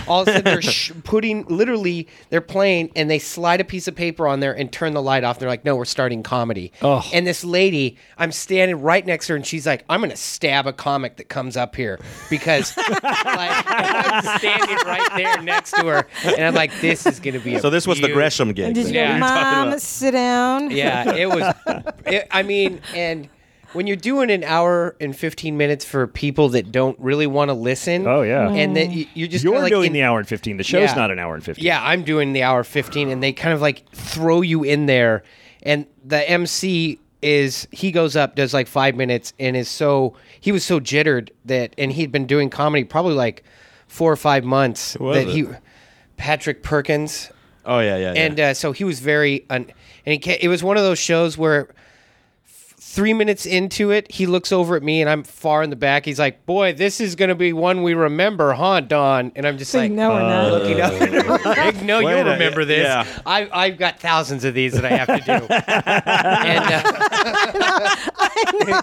S1: all of a sudden they're sh- putting literally they're playing, and they slide a piece of paper on there and turn the light off. They're like, "No, we're starting comedy."
S2: Oh.
S1: And this lady, I'm standing right next to her, and she's like, "I'm gonna stab a comic that comes up here because like, I'm standing right there next to her, and I'm like, this is gonna be." A
S5: So this was the
S1: beautiful-
S5: Gresham gig.
S3: And did
S5: then.
S3: you go,
S1: Yeah.
S3: Mom, sit down? (laughs)
S1: yeah,
S2: (laughs)
S1: it was. It, I mean, and when you're doing an hour and 15 minutes for people that don't really want to listen.
S2: Oh, yeah.
S1: And
S5: Mm.
S1: that y- you're just
S2: You're
S1: kinda like
S2: doing
S1: in-
S2: the hour and fifteen. The show's
S1: Yeah.
S2: not an hour and fifteen.
S1: Yeah, I'm doing the hour 15, and they kind of like throw you in there, and the MC is he goes up, does like five minutes, and is so he was so jittered that, and he'd been doing comedy probably like four or five months
S5: was
S1: that
S5: it?
S1: he, Patrick Perkins,
S5: Oh yeah, yeah. yeah.
S1: and uh, so he was very un- and he ca- it was one of those shows where f- three minutes into it he looks over at me and i'm far in the back he's like boy this is going to be one we remember huh don and i'm just
S3: So
S1: like uh,
S3: no, we're not. (laughs)
S1: looking up
S2: (laughs)
S1: and no
S2: Wait
S1: you'll
S2: a-
S1: remember this
S2: yeah.
S1: I, i've got thousands of these that i have to do and,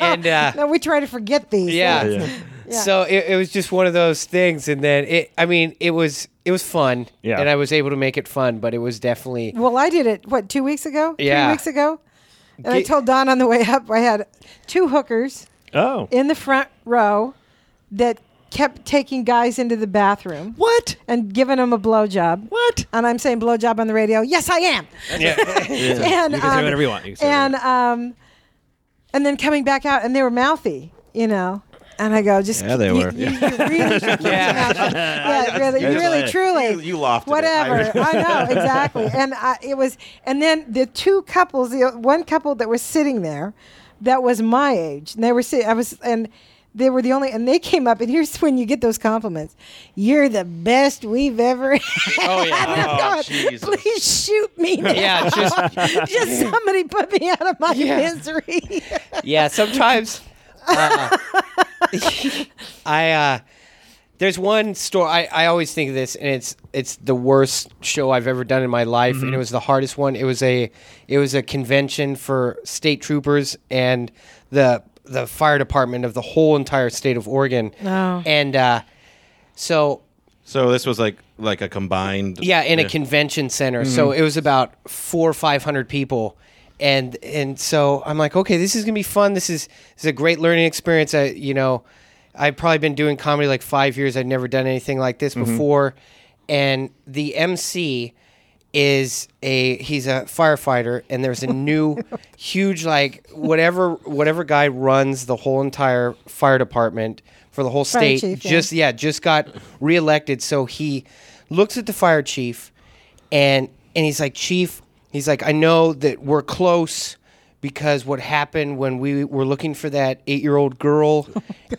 S1: uh, and
S3: (laughs)
S1: uh,
S3: No, we try to forget these.
S1: yeah.
S2: Yeah,
S3: yeah.
S1: So it, it was just one of those things, and then it. I mean, it was it was fun,
S2: Yeah.
S1: and I was able to make it fun, but it was definitely
S3: Well, I did it what two weeks ago?
S1: Yeah.
S3: Three weeks ago. And I
S1: Get-
S3: told Don on the way up, I had two hookers
S2: Oh,
S3: in the front row that kept taking guys into the bathroom
S2: what?
S3: and giving them a blowjob.
S2: What?
S3: And I'm saying blowjob on the radio. Yes, I am.
S5: (laughs)
S3: and
S2: You can say
S3: um,
S2: whatever you want. You can say whatever
S3: and
S2: you
S3: um, and then coming back out, and they were mouthy, you know. And I go, just
S5: Yeah, they
S3: you-
S5: were.
S3: You, you really,
S5: (laughs)
S1: Yeah.
S3: should yeah. yeah, really,
S5: That's
S3: really,
S5: right.
S3: truly,
S5: You- you lofted it.
S3: whatever.
S5: I-
S3: I
S1: (laughs)
S3: know exactly, and I, it was. And then the two couples, the one couple that was sitting there, that was my age, and they were sitting. I was and. They were the only, and they came up, and here's when you get those compliments. You're the best we've ever (laughs) had.
S1: Oh, yeah.
S3: And I'm
S5: Oh,
S3: going,
S5: Jesus.
S3: Please shoot me. now."
S1: (laughs) yeah, just
S3: (laughs) just somebody put me out of my
S1: Yeah.
S3: misery. (laughs)
S1: yeah. Sometimes uh, I uh, there's one story I, I always think of this, and it's it's the worst show I've ever done in my life, and it was the hardest one. It was a it was a convention for state troopers and the the fire department of the whole entire state of Oregon,
S3: Oh.
S1: and uh, so
S5: so this was like like a combined.
S1: yeah Mm-hmm. in a convention center so it was about four or five hundred people and and so i'm like okay this is gonna be fun this is this is a great learning experience i you know i've probably been doing comedy like five years i've never done anything like this before and the mc is a he's a firefighter and there's a (laughs) new huge like whatever whatever guy runs the whole entire fire department for the whole state
S3: chief, yeah.
S1: just yeah just got reelected so he looks at the fire chief and and he's like chief he's like i know that we're close because what happened when we were looking for that eight-year-old
S3: (laughs)
S1: girl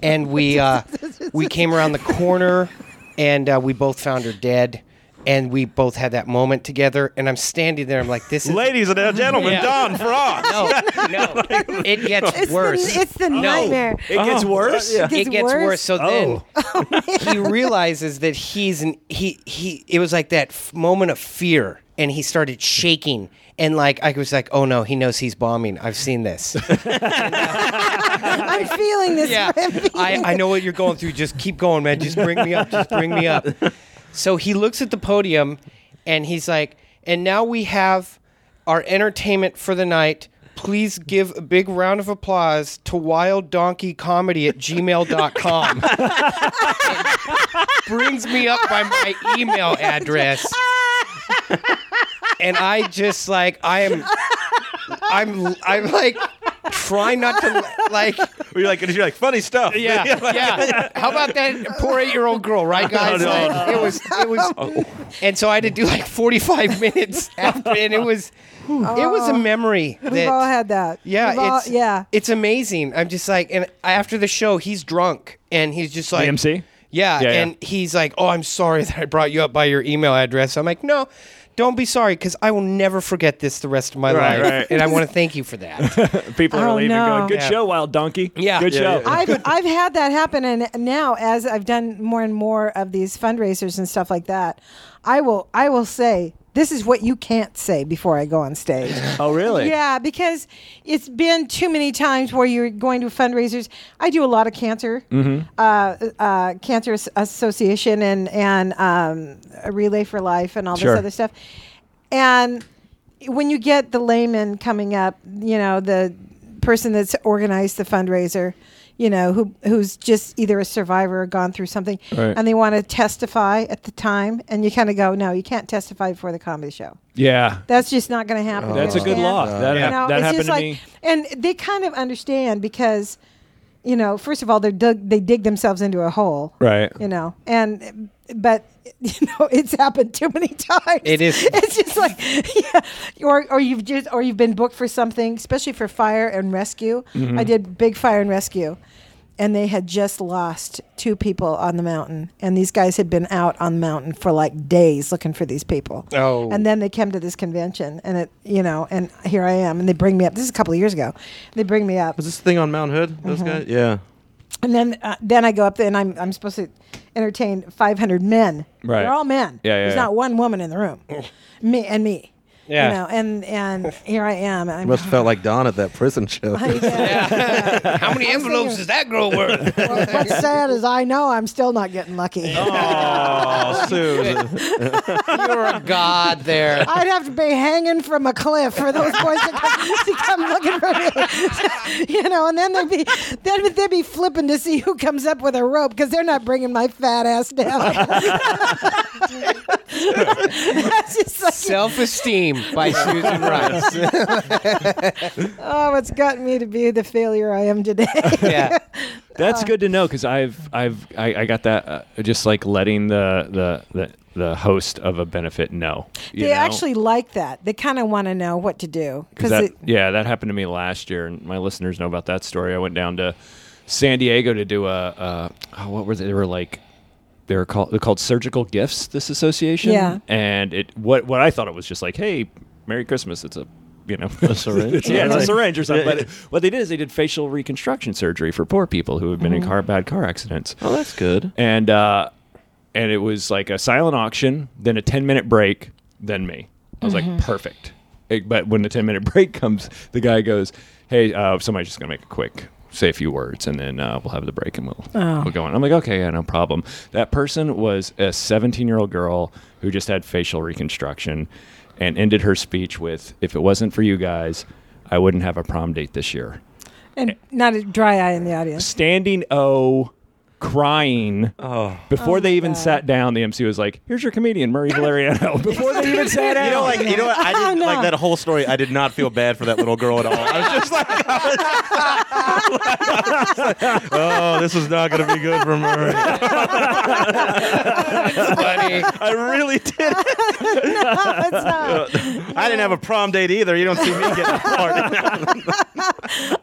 S1: and we uh, we came around the corner and uh, we both found her dead and we both had that moment together and i'm standing there i'm like this is
S2: want. Ladies and gentlemen,
S1: Yeah.
S2: Don
S5: (laughs)
S2: Frost.
S1: no (laughs) no it gets
S3: It's
S1: worse
S3: the, it's the nightmare.
S2: It gets worse.
S3: yeah.
S1: it gets worse. So
S2: Oh.
S1: then
S3: (laughs)
S1: he realizes that he's an he he. It was like that f- moment of fear, and he started shaking, and like I was like, oh no, he knows he's bombing. I've seen this.
S3: I'm feeling this.
S1: yeah,
S3: (laughs) I'm feeling
S1: I I know what you're going through. Just keep going, man. Just bring me up. Just bring me up. So he looks at the podium, and he's like, and now we have our entertainment for the night. Please give a big round of applause to Wild Donkey Comedy at gmail.com. brings me up by my email address. And I just like I am I'm I'm like trying not to like
S5: You're like you're like funny
S1: (laughs)
S5: stuff.
S1: yeah,
S5: (laughs)
S2: (laughs)
S1: yeah. How about that poor eight-year-old girl, right, guys?
S2: No, no, Oh.
S1: Like, It was, it was,
S2: (laughs)
S1: and so I had to do like forty-five (laughs) minutes after, and it was, it was a memory.
S3: Oh. We've
S1: that-
S3: all had that.
S1: Yeah,
S3: We've all-
S1: it's,
S3: yeah.
S1: it's amazing. I'm just like, and after the show, he's drunk, and he's just like,
S2: MC? Yeah,
S1: Yeah,
S2: yeah.
S1: and he's like, "Oh, I'm sorry (laughs) that I brought you up by your email address." I'm like, "No." Don't be sorry, because I will never forget this the rest of my
S2: Right,
S1: life,
S2: right.
S1: and I want to thank you
S2: (laughs)
S1: for that.
S2: People are
S3: Oh,
S2: leaving
S3: no.
S2: going, good
S1: Yeah.
S2: show, Wild Donkey.
S1: Yeah.
S2: Good
S1: Yeah,
S2: show.
S3: (laughs) I've, I've had that happen, and now as I've done more and more of these fundraisers and stuff like that, I will I will say this is what you can't say before I go on stage.
S2: Oh, really?
S3: Yeah, because it's been too many times where you're going to fundraisers. I do a lot of cancer,
S2: Mm-hmm.
S3: uh, uh, cancer As- association, and and um, a Relay for Life, and all
S2: Sure.
S3: this other stuff. And when you get the layman coming up, you know the person that's organized the fundraiser. You know who who's just either a survivor or gone through something,
S2: Right.
S3: and they want to testify at the time, and you kind of go, "No, you can't testify before the comedy show."
S2: Yeah.
S3: That's just not going to happen. you
S2: That's a good
S3: understand?
S2: law. that
S3: You
S2: hap-
S3: know,
S2: that
S3: it's
S2: happened
S3: just
S2: to
S3: like,
S2: me.
S3: and they kind of understand because, you know, first of all, they dug, they dig themselves into a hole,
S2: Right.
S3: You know, and but (laughs) you know it's happened too many times.
S1: It is.
S3: It's just like, (laughs) yeah, or or you've just or you've been booked for something, especially for fire and rescue.
S1: Mm-hmm.
S3: I did big fire and rescue, and they had just lost two people on the mountain, and these guys had been out on the mountain for like days looking for these people.
S1: Oh.
S3: and then they came to this convention, and it you know, and here I am, and they bring me up. This is a couple of years ago. They bring me up,
S5: Was this thing on Mount Hood? Those guys? Yeah.
S3: and then uh, then I go up there and I'm I'm supposed to entertain 500 men.
S2: Right.
S3: They're all men.
S2: Yeah, yeah,
S3: There's
S2: yeah. Oh.
S3: not one woman in the room. me and me.
S1: Yeah.
S3: You know, and and here I am. And I'm, (laughs)
S5: Must have felt like Don at that prison
S2: (laughs)
S5: show. (laughs)
S4: How
S3: (laughs)
S4: many envelopes
S3: saying-
S4: is that girl worth?
S3: Well, what's sad is I know I'm still not
S2: (laughs)
S3: getting lucky.
S1: (laughs)
S2: Oh, Susan.
S1: You're a god there.
S3: I'd have to be hanging from a cliff for those boys to come, to come looking for me, (laughs) you know. And then they'd be then they'd be flipping to see who comes up with a rope because they're not bringing my fat
S2: (laughs)
S3: ass down. (laughs) That's just like,
S1: Self esteem by Susan Rice.
S3: Oh, it's gotten me to be the failure I am today.
S1: Yeah.
S2: That's good to know because I've I've I, I got that uh, just like letting the the the the host of a benefit know. you
S3: they
S2: know?
S3: actually like that. They kind of want to know what to do
S2: 'Cause
S3: because
S2: that,
S3: it,
S2: yeah, that happened to me last year, and my listeners know about that story. I went down to San Diego to do a uh, oh, what were they? They were like they were called they're called Surgical Gifts. This association,
S3: Yeah.
S2: and it what what I thought it was just like, hey, Merry Christmas. It's a you know, a syringe. (laughs) yeah, it's a syringe or something. But it- what they did is they did facial reconstruction surgery for poor people who have been
S3: Oh.
S2: in car bad car accidents.
S5: Oh, that's good.
S2: and uh, and it was like a silent auction, then a ten minute break, then me. I was like, perfect. It- but when the ten minute (laughs) break comes, the guy goes, "Hey, uh, somebody's just gonna make a quick." Say a few words, and then uh, we'll have the break, and we'll we'll go on. I'm like, okay, yeah, no problem. That person was a 17 year old girl who just had facial reconstruction, and ended her speech with, "If it wasn't for you guys, I wouldn't have a prom date this year."
S3: and not a dry eye in the
S2: (laughs)
S3: audience.
S2: standing O, crying.
S1: Oh.
S2: Before they even
S3: God.
S2: sat down, the MC was like, "Here's your comedian, Murray Valeriano." Before they even sat down,
S5: You know, like you know what? (laughs) I didn't
S3: No.
S5: like that whole story. I did not feel bad for that little girl at all. I was just like, (laughs) oh, this is not going to be good for Murray.
S1: Funny.
S5: I really did.
S3: (laughs) It's not-
S5: I didn't have a prom date either. You don't see me getting a party.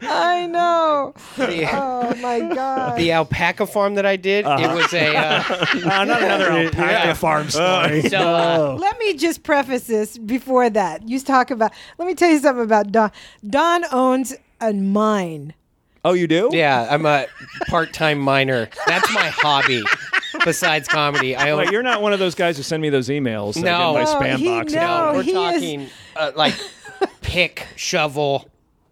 S3: I know.
S1: The,
S3: Oh my god.
S1: the alpaca farm that I did, it was a. Uh,
S2: not (laughs) another alpaca farm story.
S1: so, uh,
S3: Let me just preface this before that. You talk about. Let me tell you something about Don. Don owns a mine.
S2: oh, you do?
S1: yeah, I'm a part time miner. That's my hobby besides comedy. I own
S2: Wait, you're not one of those guys who send me those emails. that
S1: No.
S2: I get
S1: No,
S2: in my spam
S3: he
S2: box.
S3: knows.
S1: No,
S3: Oh,
S1: we're
S3: he is-
S1: talking uh, like pick, shovel,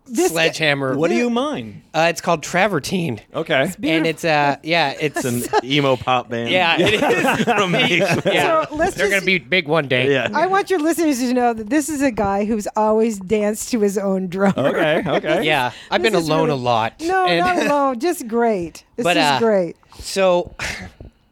S3: This-
S1: sledgehammer.
S2: What do you mind?
S1: Uh, it's called travertine,
S2: Okay.
S1: and it's uh, yeah,
S5: (laughs)
S1: it's
S5: An emo pop band.
S1: yeah, it is. (laughs)
S5: (laughs) From me.
S1: Yeah,
S3: So let's
S1: they're
S3: just-
S1: gonna be big one day.
S5: Yeah.
S3: I want your listeners to know that this is a guy who's always danced to his own drum. (laughs)
S2: Okay. Okay.
S1: yeah. I've been
S3: This is
S1: alone
S3: really-
S1: a lot.
S3: No,
S1: and-
S3: not
S1: (laughs)
S3: alone. Just great. This
S1: But,
S3: is
S1: uh,
S3: great.
S1: So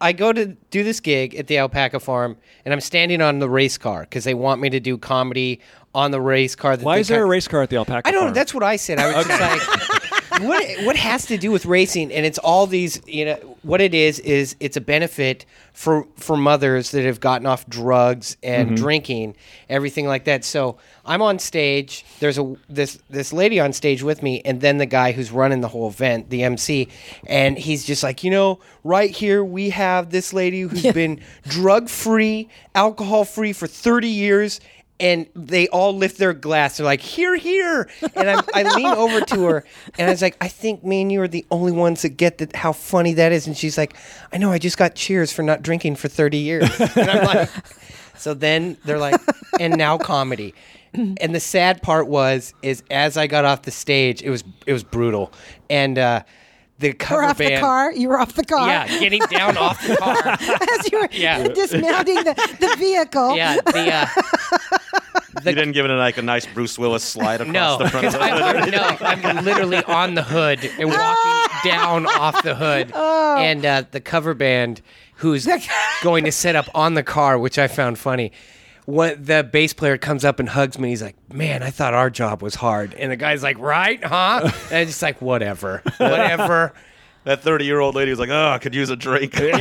S1: I go to do this gig at the alpaca farm, and I'm standing on the race car because they want me to do comedy on the race car. That
S2: Why
S1: they
S2: is there a
S1: kin-
S2: race car at the alpaca?
S1: I don't.
S2: farm?
S1: know. That's what I said. I was just like, what what has to do with racing? And it's all these. You know what it is is it's a benefit for for mothers that have gotten off drugs and drinking, everything like that. So I'm on stage. There's a this this lady on stage with me, and then the guy who's running the whole event, the MC, and he's just like, you know, right here we have this lady who's been drug free, alcohol free for 30 years and they all lift their glass. They're like, "Here, here!" And I'm, I
S3: (laughs)
S1: lean over to her, and I was like, "I think me and you are the only ones that get that how funny that is." And she's like, "I know. I just got cheers for not drinking for 30
S3: (laughs)
S1: years." And I'm like, "So then they're like, and now comedy." And the sad part was, is as I got off the stage, it was it was brutal, and uh, the cover
S3: We're off
S1: band.
S3: the car. You were off the car.
S1: Yeah, getting down off the car.
S3: (laughs) As you were
S1: (laughs) Yeah.
S3: dismounting the, the vehicle.
S1: Yeah, the uh,
S5: You didn't give it like a nice Bruce Willis slide across
S1: No,
S5: the front of
S1: 'cause
S5: the
S1: (laughs) I'm, no, I'm literally on the
S3: (laughs)
S1: hood and walking down off the hood,
S3: Oh.
S1: and uh, the cover band who's (laughs) going to set up on the car, which I found funny. What the bass player comes up and hugs me. He's like, "Man, I thought our job was hard," and the guy's like, "Right, huh?" And I'm just like, "Whatever, whatever."
S5: That 30 year old lady was like, oh, I could use a drink.
S1: It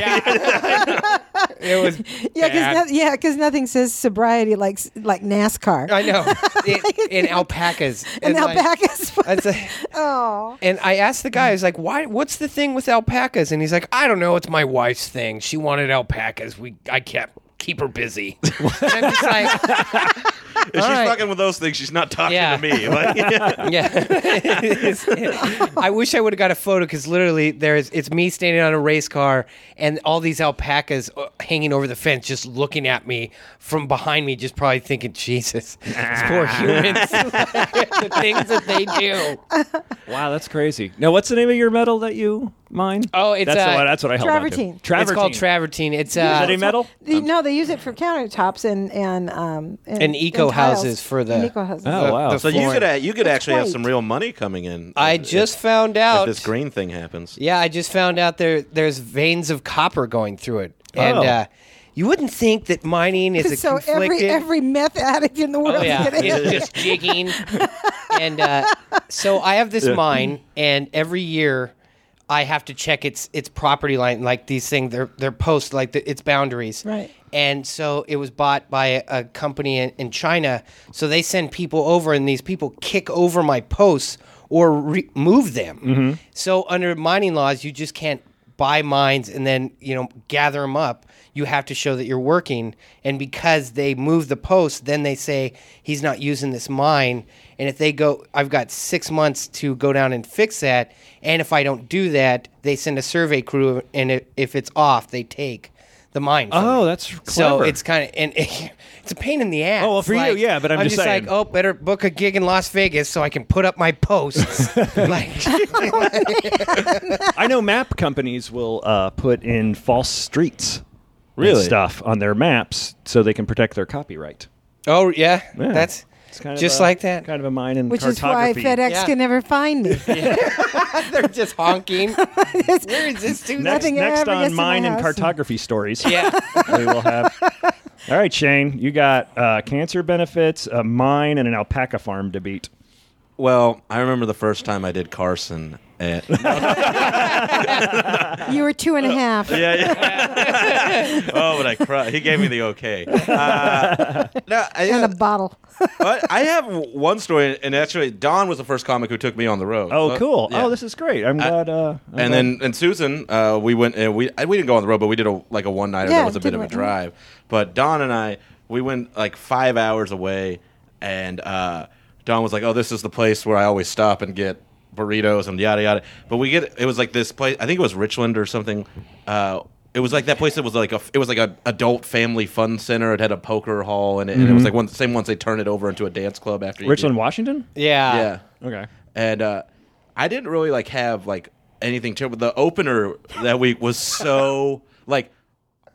S1: was
S3: (laughs) (laughs) Yeah, because
S1: bad.
S3: no, yeah, 'cause nothing says sobriety like s- like NASCAR.
S1: I
S3: (laughs)
S1: know. It, and alpacas.
S3: and now
S1: like-
S3: back is (laughs)
S1: I'd say-
S3: oh,
S1: and I asked the guy, I was like, "Why? What's the thing with alpacas?" And he's like, "I don't know. It's my wife's thing. She wanted alpacas. We, I kept keep her busy." (laughs) And I'm
S2: (laughs)
S1: just like,
S5: If (laughs) she's
S1: All right.
S5: fucking with those things, she's not talking
S1: Yeah.
S5: to me. Like, (laughs)
S1: yeah. (laughs) I wish I would have got a photo because literally there's it's me standing on a race car and all these alpacas uh, hanging over the fence, just looking at me from behind me, just probably thinking, "Jesus, these poor
S2: Ah. (laughs)
S1: humans, the things that they do."
S2: Wow, that's crazy. Now, what's the name of your medal that you mine?
S1: Oh, it's,
S2: that's, the
S1: uh,
S2: one- that's what I held on to.
S3: travertine.
S1: It's called
S2: Travertine.
S1: travertine. It's uh,
S2: Is that a medal?
S3: The- no, they use it for countertops and and um and,
S1: And eco
S3: and tiles.
S1: houses for the-
S3: And eco houses.
S2: Oh, wow.
S1: the
S5: so you could,
S1: Florida.
S5: uh, you could actually have
S3: white.
S5: some real money coming in.
S1: I
S5: if-
S1: just
S5: if,
S1: found
S5: if
S1: out
S5: this green thing happens.
S1: Yeah, I just found out there there's veins of copper going through it, and
S2: Oh.
S1: uh, you wouldn't think that mining is a
S3: (laughs) so
S1: conflicted.
S3: every every meth addict in the world
S1: (laughs) oh yeah,
S3: is
S1: it's
S3: getting
S1: just jigging, and uh, so I have this mine, and every year I have to check its its property line, like these things, their their posts, like the, its boundaries,
S3: Right.
S1: And so it was bought by a, a company in, in China, so they send people over, and these people kick over my posts or re- move them. So under mining laws, you just can't buy mines and then you know gather them up. You have to show that you're working, and because they move the post, then they say he's not using this mine. And if they go, I've got six months to go down and fix that. And if I don't do that, they send a survey crew, and i- if it's off, they take the mine. from
S2: Oh,
S1: me.
S2: that's
S1: So
S2: clever.
S1: it's kind of and (laughs) it's a pain in the ass.
S2: Oh, well, for you,
S1: Like,
S2: yeah, but I'm just saying.
S1: like, oh, better book a gig in Las Vegas so I can put up
S2: (laughs)
S1: my posts. like,
S2: I know map companies will uh, put in false streets, and stuff on their maps so they can protect their copyright.
S1: oh yeah,
S2: Yeah.
S1: that's
S2: It's kind of
S1: just
S2: a-
S1: like that.
S2: Kind of a mine in
S3: (laughs) which is why
S2: cartography.
S3: FedEx
S1: Yeah.
S3: can never find
S1: (laughs)
S3: me.
S1: They're just honking. Where is this dude?
S2: Next,
S3: Nothing
S2: next
S3: ever gets
S2: on
S3: in
S2: mine
S3: my
S2: and
S3: house.
S2: cartography stories.
S1: yeah.
S2: (laughs)
S1: (laughs)
S2: we will have. All right, Shane, you got uh, cancer benefits, a mine, and an alpaca farm to beat.
S5: Well, I remember the first time I did Carson (laughs) at.
S3: you were two and
S1: Uh,
S3: a half.
S5: yeah, yeah. (laughs) oh, but I cried. He gave me the okay. Uh, (laughs) no, I,
S3: And a bottle.
S5: I- I have one story, and actually, Don was the first comic who took me on the road. Uh,
S2: Oh, cool.
S5: yeah.
S2: Oh, this is great. I'm glad. Uh, I'm glad-
S5: and then and Susan, uh, we went and we I- we didn't go on the road, but we did a like a one nighter
S3: Yeah,
S5: that was a bit
S3: did
S5: of a
S3: one-
S5: drive. But Don and I, we went like five hours away, and uh, Don was like, "Oh, this is the place where I always stop and get burritos and yada yada." But we get it was like this place. I think it was Richland or something. Uh, it was like that place that was like a it was like a adult family fun center. It had a poker hall in it, and it was like one the same once they turn it over into a dance club after you
S2: Richland,
S5: get-
S2: Washington.
S1: Yeah.
S5: Yeah
S2: Okay.
S5: and uh, I didn't really like have like anything terrible. The opener that week was so (laughs) like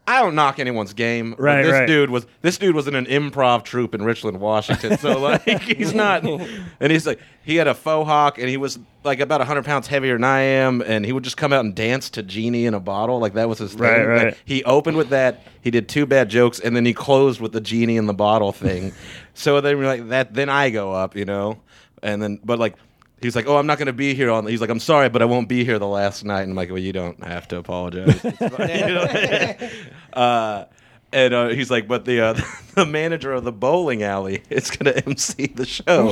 S5: I don't knock anyone's game. but
S2: Right,
S5: This
S2: right.
S5: dude was this dude was in an improv troupe in Richland, Washington.
S2: (laughs)
S5: So like he's not, and he's like he had a faux hawk, and he was like about hundred pounds heavier than I am, and he would just come out and dance to genie in a bottle. Like that was his thing.
S2: Right,
S5: Like,
S2: right.
S5: he opened with that. He did two bad jokes, and then he closed with the genie in the bottle
S2: (laughs)
S5: thing. so then we're like that. Then I go up, you know, and then but like he's like, oh, I'm not gonna be here on. He's like, I'm sorry, but I won't be here the last night. And I'm like, well, you don't have
S2: (laughs)
S5: to apologize. (laughs) It's fine, you know? uh, and uh, he's like, but the uh, (laughs) the manager of the bowling alley is gonna (laughs) MC the
S2: (laughs)
S5: show.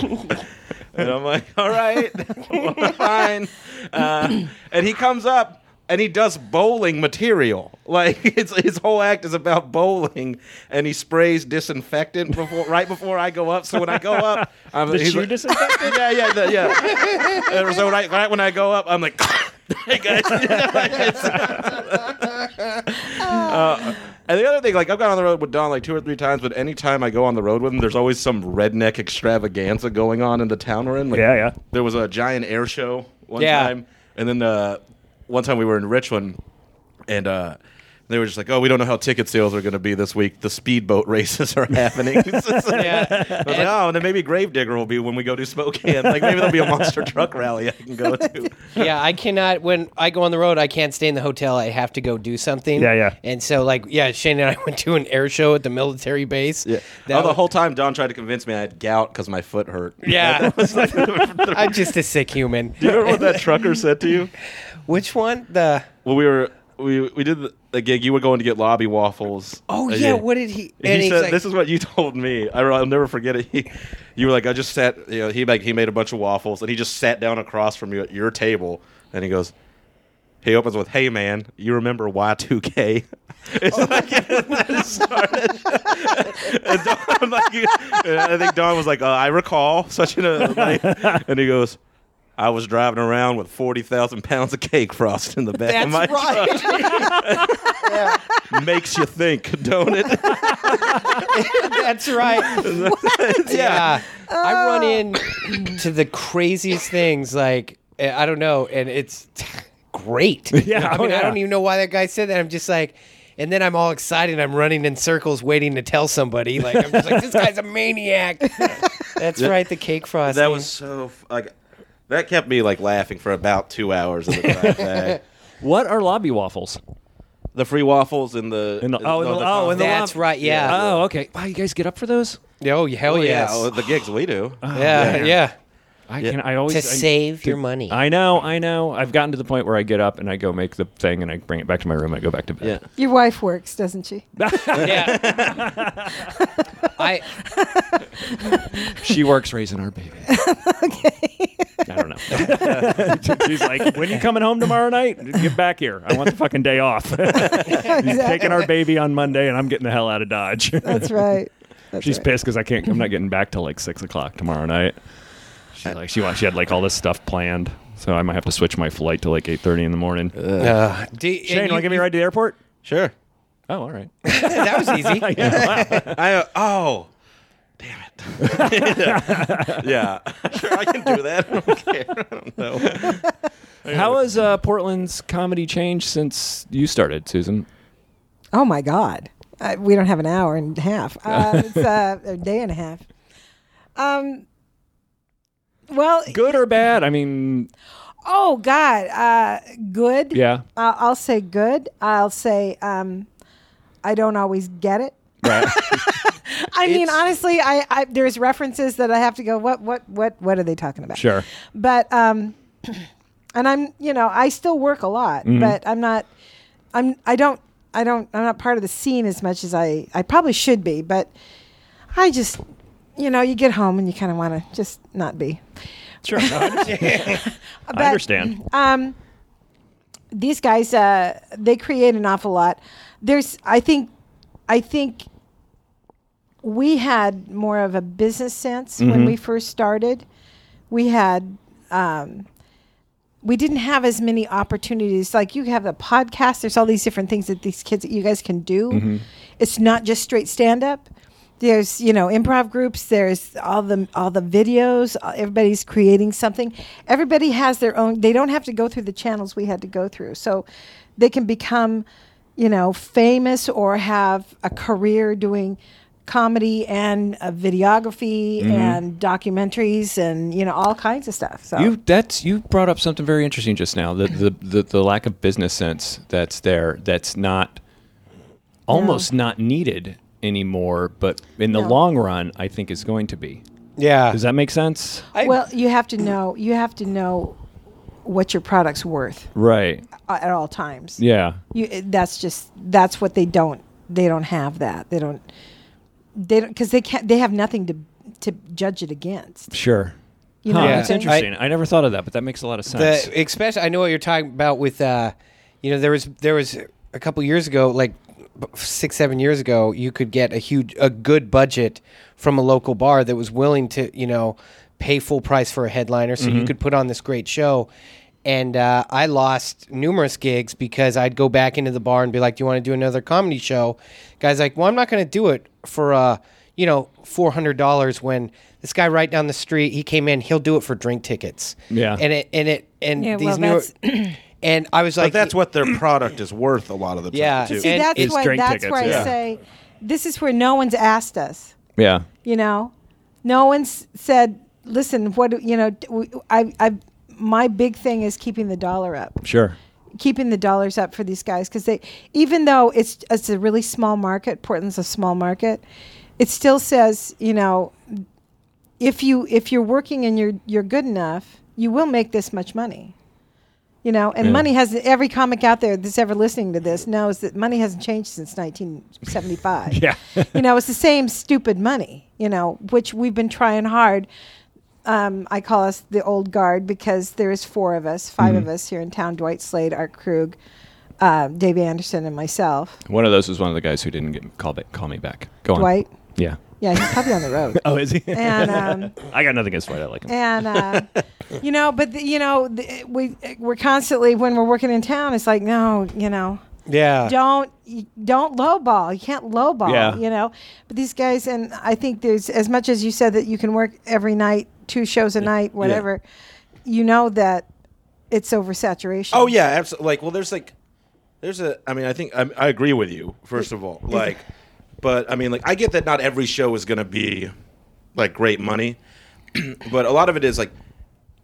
S5: And I'm like, all right, (laughs) fine. Uh, and he comes up and he does bowling material. Like (laughs) it's, his whole act is about bowling, and he sprays disinfectant before right before I go up. So when I
S2: (laughs)
S5: go up, I'm
S2: The
S5: he's
S2: shoe
S5: like- (laughs)
S2: disinfectant?
S5: yeah, yeah, the, yeah. And so right, right when I go up, I'm like, (laughs) hey guys. Uh, and the other thing, like I've gone on the road with Don like two or three times, but anytime I go on the road with him, there's always some redneck extravaganza going on in the town we're in. Like,
S2: Yeah, yeah.
S5: There was a giant air show one
S1: Yeah.
S5: time, and then uh, one time we were in Richmond, and uh, they were just like, "Oh, we don't know how ticket sales are going to be this week. The speedboat (laughs) races are happening." (laughs)
S1: Yeah.
S5: I was like, "Oh, then maybe Gravedigger will be when we go to Spokane. Like maybe there'll be
S1: (laughs)
S5: a monster truck rally I can go to."
S1: yeah, I cannot. When I go on the road, I can't stay in the hotel. I have to go do something.
S2: Yeah, yeah.
S1: And so, like, yeah, Shane and I (laughs) went to an air show at the military base.
S5: Yeah.
S1: That
S5: oh, the
S1: was-
S5: whole time Don tried to convince me I had gout because my foot hurt. (laughs)
S1: Yeah, (laughs) I'm just a sick human.
S5: you remember what that trucker said to you?
S1: Which one? The
S5: Well, we were we we did the, a gig, you were going to get lobby waffles.
S1: Oh
S5: Uh,
S1: yeah, what did he?
S5: He
S1: And he's
S5: said,
S1: like,
S5: "This is what you (laughs) told me. I, will never forget it. He, you were like, I just sat. You know, he made he made a bunch of waffles, and he just sat down across from you at your table, and he goes." He opens with, "Hey man, you remember Y2K?" (laughs) It's
S1: Oh
S5: like (laughs) it started. and Don, (laughs) I'm like, you- and I think Don was like, uh, "I recall (laughs) such and a," like, and he goes, "I was driving around with forty thousand pounds of cake frost in the back of
S1: (laughs)
S5: my
S1: that's right.
S5: truck. Makes you think,
S1: (laughs)
S5: don't it?"
S1: That's right. yeah. I run in to the craziest things. Like eh, I don't know, and it's (laughs) great.
S2: Yeah,
S1: I mean,
S2: oh, yeah.
S1: I don't even know why that guy said that. I'm just like. And then I'm all excited. I'm running in circles, waiting to tell somebody. Like I'm just like, this guy's a (laughs) maniac. That's right, the cake frosting.
S5: That was so f- like that kept me like laughing for about two hours of the drive back.
S2: What are lobby waffles?
S5: The free waffles and the,
S2: And the- oh, and the- oh, and the-
S1: That's right. Yeah.
S2: Oh, okay. Wow, you guys get up for those?
S1: Oh, hell
S5: yeah,
S1: yes.
S5: oh, the gigs
S2: (sighs)
S5: we do.
S2: Uh-huh.
S1: yeah, yeah,
S2: I can. I always
S1: To
S2: I-
S1: save your money.
S2: I know, I know. I've gotten to the point where I get up and I go make the thing and I bring it back to my room and I go back to bed.
S3: Your wife works, doesn't she?
S1: yeah. (laughs) I
S2: (laughs) She works raising our baby. okay. I don't know. (laughs) She's like, when you coming home tomorrow night? Get back here. I want the fucking day off. (laughs)
S3: (laughs)
S2: Taking our baby on Monday and I'm getting the hell out of Dodge. (laughs)
S3: That's right. That's
S2: She's
S3: right.
S2: pissed because I can't. I'm not getting back till like six o'clock tomorrow night. She's like, she wants. She had like all this stuff planned, so I might have to switch my flight to like eight thirty in the morning.
S1: uh, d-
S2: Shane,
S1: and
S2: want to
S1: you-
S2: give me a ride to the airport?
S5: Sure.
S2: Oh, all right.
S1: That was (laughs) easy.
S5: I uh, oh. Damn
S2: (laughs)
S5: it. (laughs) yeah. Sure, I can do that. I don't care. I don't know.
S2: How has uh, Portland's comedy changed since you started, Susan?
S3: Oh my God. Uh, we don't have an hour and
S2: (laughs)
S3: a half. Uh, it's uh, a day and a half. Um, well,
S2: Good or bad? I mean,
S3: oh God, uh, good.
S2: yeah.
S3: Uh, I'll say good. I'll say um, I don't always get it.
S2: Right.
S3: (laughs) I mean, honestly, I, I there's references that I have to go. What what what what are they talking about?
S2: Sure.
S3: But um, (clears throat) and I'm you know I still work a lot, but I'm not. I'm I don't I don't I'm not part of the scene as much as I I probably should be, but I just you know you get home and you kind of want to just not be.
S2: Sure. No, (laughs) I Uh, understand. I understand.
S3: Um, these guys, uh, they create an awful lot. There's, I think, I think we had more of a business sense when we first started. We had, um, we didn't have as many opportunities. Like you have a podcast. There's all these different things that these kids that you guys can do. It's not just straight stand up. There's you know improv groups. There's all the all the videos. uh, Everybody's creating something. Everybody has their own. They don't have to go through the channels we had to go through. So they can become you know famous or have a career doing comedy and uh, videography and documentaries and you know all kinds of stuff. So
S2: You that's you brought up something very interesting just now. The the the, the lack of business sense that's there. That's not almost not needed anymore. But in the
S3: No.
S2: long run, I think is going to be.
S1: Yeah.
S2: Does that make sense?
S1: I-
S3: well, you have to know. You have to know what your product's worth
S2: Right.
S3: uh, at all times.
S2: Yeah.
S3: You, it- that's just that's what they don't. They don't have that. They don't. They don't because they can't. They have nothing to to judge it against.
S2: Sure.
S3: You know
S2: Huh,
S3: what I'm
S2: That's
S3: saying?
S2: interesting. I, never thought of that, but that makes a lot of sense.
S1: The, especially, I know what you're talking about with, uh, you know, there was there was a couple years ago, like six seven years ago, you could get a huge a good budget from a local bar that was willing to you know pay full price for a headliner, so you could put on this great show. And uh, I lost numerous gigs because I'd go back into the bar and be like, "Do you want to do another comedy show?" Guys, like, "Well, I'm not going to do it for uh, you know, four hundred dollars." When this guy right down the street, he came in, he'll do it for drink tickets.
S2: Yeah.
S1: and it and it and
S3: Yeah,
S1: these
S3: well,
S1: new (clears throat) and I was
S5: But
S1: like
S5: that's what their product is worth a lot of the time
S1: Yeah.
S5: too.
S1: See,
S3: See,
S1: And
S3: that's
S1: it's
S3: why.
S2: drink
S3: That's
S2: tickets,
S3: where
S2: yeah.
S3: I say, this is where no one's asked us.
S2: yeah.
S3: You know, no one's said, "Listen, what do- you know?" d- w- I, I, my big thing is keeping the dollar up.
S2: Sure.
S3: keeping the dollars up for these guys because they, even though it's it's a really small market, Portland's a small market, it still says you know, if you if you're working and you're you're good enough, you will make this much money. You know, and money has every comic out there that's ever listening to this knows that money hasn't changed since 1975.
S2: Yeah. (laughs)
S3: you know, it's the same stupid money. You know, which we've been trying hard. Um, I call us the old guard because there is four of us, 5 of us here in town: Dwight Slade, Art Krug, uh, Dave Anderson, and myself.
S2: One of those was one of the guys who didn't get call, back, call me back. Go on.
S3: Dwight,
S2: Yeah.
S3: yeah, he's probably on the road.
S2: Oh, is he?
S3: And um,
S2: I got nothing against Dwight. I like him.
S3: and uh, you know, but the, you know, the, we we're constantly when we're working in town, it's like no, you know,
S1: Yeah.
S3: (laughs) don't you don't lowball. You can't lowball.
S2: Yeah.
S3: You know, but these guys, and I think there's as much as you said that you can work every night, two shows a night, whatever. You know that it's oversaturation.
S5: Oh yeah, absolutely. Like, well, there's like, there's a. I mean, I think I, I agree with you. First of all, like, but I mean, like, I get that not every show is gonna be like great money, (clears throat) but a lot of it is like,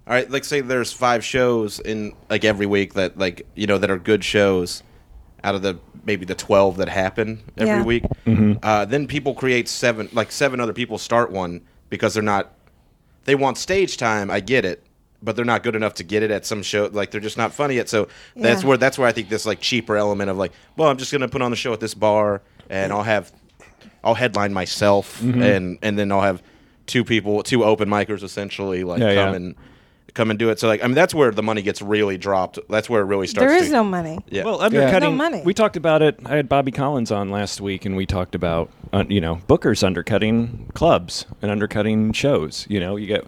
S5: all right, like say there's five shows in like every week that like you know that are good shows out of the maybe the 12 that happen every
S3: Yeah.
S5: week uh, then people create seven like seven other people start one because they're not they want stage time. I get it, but they're not good enough to get it at some show. Like they're just not funny yet. So that's
S3: Yeah.
S5: where that's where I think this like cheaper element of like, well, I'm just gonna put on the show at this bar and I'll have I'll headline myself and and then I'll have two people, two open micers essentially like
S2: Yeah,
S5: come
S2: yeah.
S5: and come and do it. So like I mean that's where the money gets really dropped. That's where it really starts.
S3: there is
S5: to,
S3: no money.
S5: yeah.
S2: Well, undercutting.
S3: No money.
S2: We talked about it. I had Bobby Collins on last week, and we talked about uh, you know bookers undercutting clubs and undercutting shows. You know, you get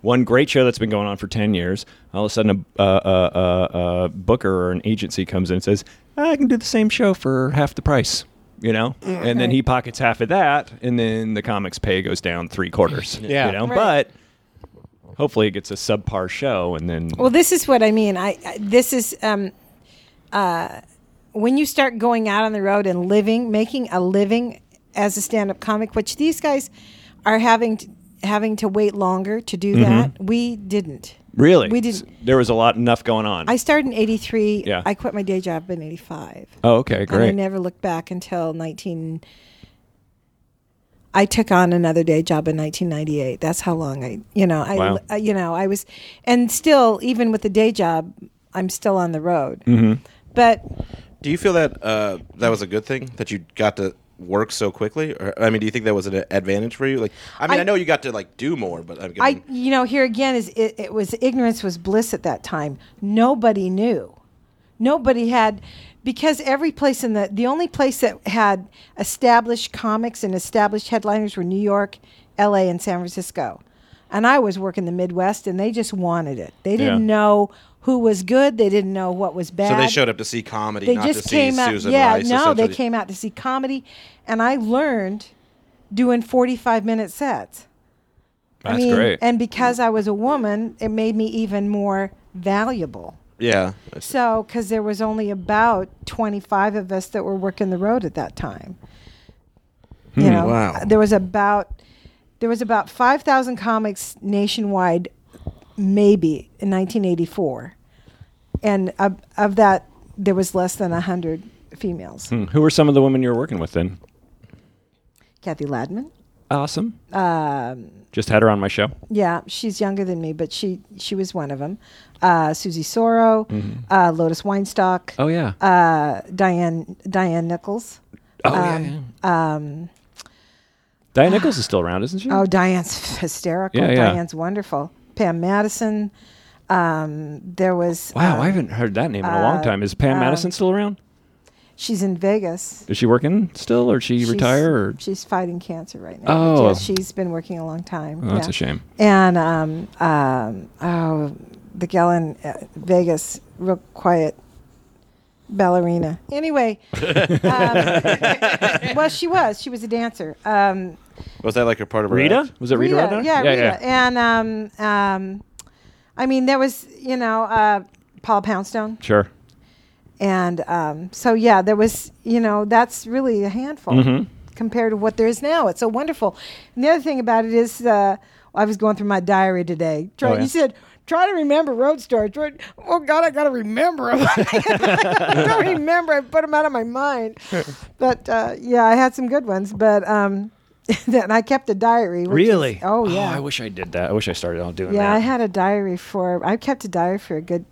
S2: one great show that's been going on for ten years. All of a sudden, a, uh, uh, uh, uh, booker or an agency comes in and says, "I can do the same show for half the price." You know,
S3: Mm.
S2: and then he pockets half of that, and then the comics pay goes down three quarters.
S1: Yeah.
S2: you know,
S3: Right.
S2: but hopefully it gets a subpar show, and then
S3: Well, this is what I mean. I, I this is um, uh, when you start going out on the road and living, making a living as a stand-up comic, which these guys are having to, having to wait longer to do
S5: Mm-hmm.
S3: that. We didn't.
S2: really,
S3: We didn't.
S2: There was a lot enough going on.
S3: I started in '83.
S2: Yeah.
S3: I quit my day job in '85.
S2: oh, okay, great.
S3: And I never looked back until 19. I took on another day job in 1998. That's how long I, you know, I,
S2: Wow.
S3: I- you know, I was, and still, even with the day job, I'm still on the road.
S2: Mm-hmm.
S3: But
S5: Do you feel that uh, that was a good thing that you got to work so quickly? Or I mean, do you think that was an advantage for you? Like, I mean, I,
S3: I-
S5: know you got to like do more, but I'm
S3: I, you know, here again is it, it was ignorance was bliss at that time. Nobody knew. Nobody had, because every place in the, the only place that had established comics and established headliners were New York, LA, and San Francisco. And I was working the Midwest and they just wanted it. They didn't
S2: Yeah.
S3: know who was good, they didn't know what was bad.
S5: So they showed up to see comedy,
S3: They
S5: not
S3: just
S5: to
S3: came
S5: see
S3: out.
S5: Susan
S3: yeah,
S5: Rice.
S3: no, they
S5: essentially.
S3: came out to see comedy, and I learned doing forty-five minute sets.
S2: That's
S3: I mean,
S2: great.
S3: And because I was a woman, it made me even more valuable.
S5: Yeah,
S3: So, because there was only about twenty-five of us that were working the road at that time. You know,
S5: Wow.
S3: there was about there was about five thousand comics nationwide, maybe in nineteen eighty-four, and of, of that, there was less than hundred females.
S2: Who were some of the women you were working with then?
S3: Kathy Ladman.
S2: Awesome. Um, Just had her on my show.
S3: Yeah, she's younger than me, but she she was one of them. Uh, Susie Soro, uh, Lotus Weinstock,
S2: Oh yeah.
S3: uh, Diane Diane Nichols.
S2: oh yeah. Um, Diane Nichols is still around, isn't she?
S3: Oh, Diane's hysterical.
S2: Yeah, yeah.
S3: Diane's wonderful. Pam Madison. Um, there was
S2: wow,
S3: uh,
S2: I haven't heard that name in a long time. Is
S3: um,
S2: Pam Madison still around?
S3: she's in Vegas.
S2: Is she working still, or she
S3: She's-
S2: retire? Or
S3: She's fighting cancer right now.
S2: Oh.
S3: Yeah, she's been working a long time.
S2: oh, that's
S3: Yeah.
S2: a shame.
S3: And um, um, oh, the gal in uh, Vegas, real quiet ballerina.
S2: (laughs)
S3: Anyway, um, (laughs) well, she was. She was a dancer. Um,
S5: was that like a part of her
S2: Rita
S5: act?
S2: was it Rita? Radner?
S3: yeah,
S2: yeah,
S3: Rita. And um, um, I mean, there was, you know, uh, Paul Poundstone,
S2: Sure.
S3: and um, so yeah, there was, you know, that's really a handful
S2: Mm-hmm.
S3: compared to what there is now. It's so wonderful. And the other thing about it is, uh, I was going through my diary today. Try,
S2: Oh, yeah.
S3: You said. Try to remember road stories. Try- Oh God, I gotta remember 'em. (laughs) I don't (laughs) remember. I put them out of
S2: (laughs)
S3: my mind. But uh, yeah, I had some good ones. But um, (laughs) then I kept a diary. which is- oh yeah.
S2: I wish I did that. I wish I started on doing
S3: Yeah,
S2: that.
S3: I had a diary for. I kept a diary for a good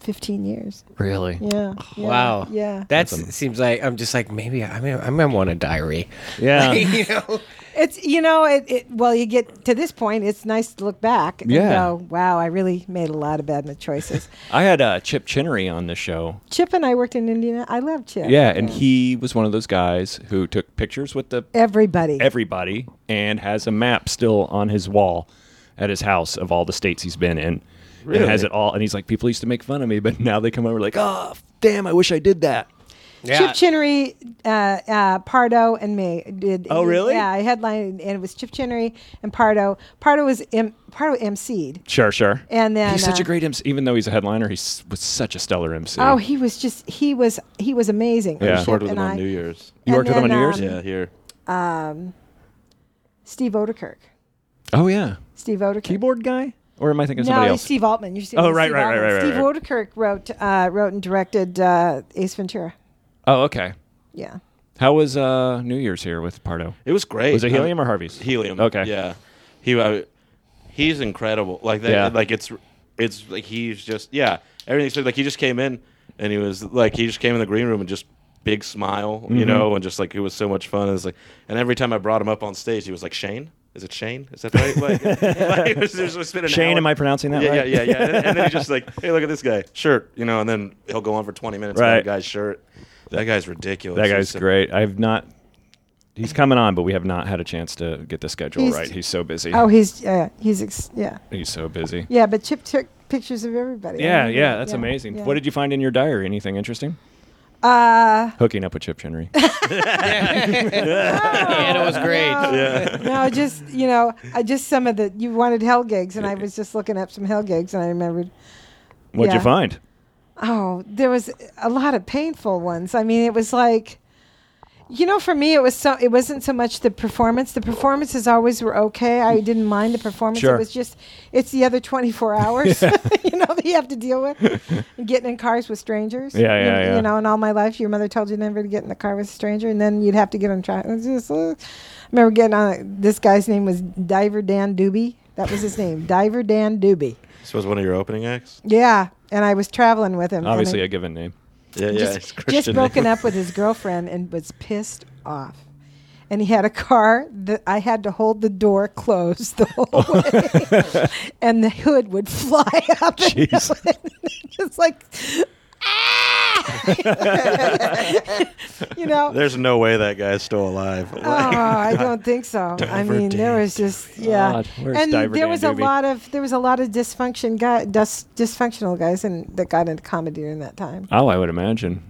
S3: 15 years.
S4: Really?
S2: Oh,
S3: Yeah. yeah,
S1: Wow.
S3: Yeah.
S1: That seems like I'm just like maybe I mean I might want a diary.
S2: (laughs) Yeah.
S1: (laughs) you know,
S3: It's, you know, it, it, well, you get to this point, it's nice to look back and
S2: Yeah.
S3: go, wow, I really made a lot of bad
S2: (laughs)
S3: choices.
S2: I had uh, Chip Chinnery on the show.
S3: Chip and I worked in Indiana. I love Chip.
S2: Yeah, and he was one of those guys who took pictures with the
S3: Everybody.
S2: everybody and has a map still on his wall at his house of all the states he's been in. And has it all and he's like, People used to make fun of me, but (laughs) now they come over like, Oh damn, I wish I did that.
S1: yeah.
S3: Chip Chinnery, uh, uh, Pardo, and me did.
S2: Oh, really?
S3: Yeah, I headlined, and it was Chip Chinnery and Pardo. Pardo was M- Pardo emceed,
S2: Sure, sure.
S3: and then
S2: he's such
S3: uh,
S2: a great MC even though he's a headliner, he s- was such a stellar MC.
S3: Oh, he was just he was he was amazing.
S2: Yeah. I
S3: Chip
S2: just
S5: worked with
S3: and
S5: him on
S3: I-
S5: New Year's.
S2: You worked
S3: and
S2: with him on
S3: then,
S2: New Year's?
S3: um,
S5: Yeah, here.
S3: Steve Odekirk.
S2: Oh yeah.
S3: Steve Odekirk.
S2: Keyboard guy? Or am I thinking of
S3: No,
S2: somebody
S3: he's
S2: else?
S3: Steve Altman. You're Steve,
S2: Oh, right,
S3: Steve
S2: right, right,
S3: Altman.
S2: right,
S3: Steve
S2: right.
S3: Odekirk wrote uh, wrote and directed uh, Ace Ventura.
S2: Oh, okay.
S3: Yeah.
S2: How was uh, New Year's here with Pardo?
S5: It was great.
S2: Was it Helium
S5: Uh,
S2: or Harvey's?
S5: Helium.
S2: Okay.
S5: Yeah. He I, he's incredible. Like that.
S2: Yeah.
S5: Like it's it's like he's just yeah. Everything's like he just came in and he was like he just came in the green room and just big smile,
S2: Mm-hmm.
S5: you know, and just like it was so much fun. It was like and every time I brought him up on stage, he was like Shane. Is it Shane? Is that right?
S2: (laughs)
S5: Like, (laughs) like, it was- it was- it's been an
S2: Shane,
S5: hour.
S2: am I pronouncing that
S5: yeah,
S2: right?
S5: Yeah, yeah, yeah. And, and then he's just like, (laughs) hey, look at this guy shirt, you know, and then he'll go on for twenty minutes about
S2: Right.
S5: a guy's shirt. That guy's ridiculous.
S2: That
S5: He's
S2: guy's
S5: so-
S2: great. I've not. He's coming on, but we have not had a chance to get the schedule
S3: He's-
S2: right. He's so busy.
S3: Oh, he's uh, he's ex- yeah
S2: He's so busy.
S3: yeah. But Chip took pictures of everybody.
S2: Yeah, yeah, that's amazing.
S3: yeah.
S2: What did you find in your diary? Anything interesting? (laughs)
S3: Uh,
S2: Hooking up with Chip Chinnery.
S1: and it was great.
S3: no, just you know, I just some of the you wanted hell gigs, and I was just looking up some hell gigs, and I remembered.
S2: What'd
S3: Yeah.
S2: you find?
S3: Oh, there was a lot of painful ones. I mean, it was like, you know, for me, it was so. It wasn't so much the performance. The performances always were okay. I didn't mind the performance.
S2: Sure.
S3: It was just, it's the other twenty
S2: (laughs)
S3: four hours, (laughs) you know, that you have to deal with. And getting in cars with strangers.
S2: Yeah, yeah,
S3: you,
S2: yeah.
S3: You know, and all my life, your mother told you never to get in the car with a stranger, and then you'd have to get on track. It's just, uh, I remember getting on. a- This guy's name was Diver Dan Doobie. That was his name, Diver Dan Doobie.
S5: This was one of your opening acts.
S3: Yeah, and I was traveling with him. and
S2: Obviously,
S3: I-
S2: a given name.
S5: Yeah, yeah. it's
S3: just,
S5: Christian
S3: just broken up with his girlfriend and was pissed off. And he had a car that I had to hold the door closed the whole way, and the hood would fly (laughs) up, and just like, "Ah!" (laughs) you know.
S5: (laughs) There's no way that guy's still alive.
S3: Oh, I don't think so. I
S5: Diver
S3: mean, there
S5: Dan
S3: was just yeah,
S2: God, where's
S3: and
S2: Diver
S3: there
S2: Dan
S3: was
S2: Doobie?
S3: a lot of there was a lot of dysfunction guy, dis, dysfunctional guys, and that got into comedy during that time.
S2: Oh, I would imagine.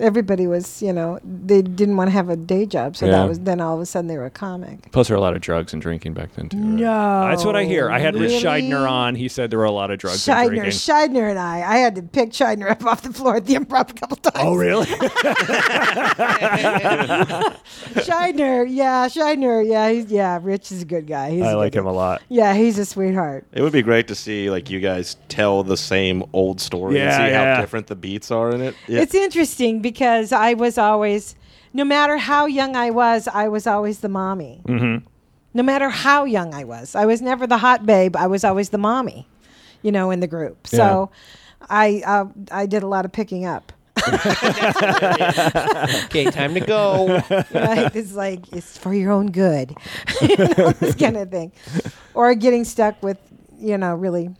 S3: everybody was, you know, they didn't want to have a day job, so
S2: Yeah.
S3: that was then all of a sudden they were a comic.
S2: Plus, there were a lot of drugs and drinking back then, too. right?
S3: No,
S2: That's what I hear. I had Rich
S3: really?
S2: Scheidner on. He said there were a lot of drugs and
S3: Scheidner,
S2: drinking.
S3: Scheidner, and I. I had to pick Scheidner up (laughs) off the floor at the improv a couple times.
S2: oh,
S3: (laughs)
S2: really? (laughs)
S3: Scheidner, yeah, Scheidner, yeah, he's, yeah. Rich is a good guy. He's
S2: I
S3: a
S2: like
S3: good
S2: him a
S3: guy.
S2: lot.
S3: Yeah, he's a sweetheart.
S5: It would be great to see like you guys tell the same old story
S2: Yeah,
S5: and see
S2: yeah.
S5: how different the beats are in it. Yeah.
S3: It's interesting because I was always, no matter how young I was, I was always the mommy. Mm-hmm. No matter how young I was, I was never the hot babe. I was always the mommy, you know, in the group. So, I uh, I did a lot of picking up.
S1: Okay, time to
S2: (laughs)
S1: go.
S3: right? It's like it's for your own good, (laughs) you know,
S2: (laughs)
S3: this kind of thing, or getting stuck with, you know, really,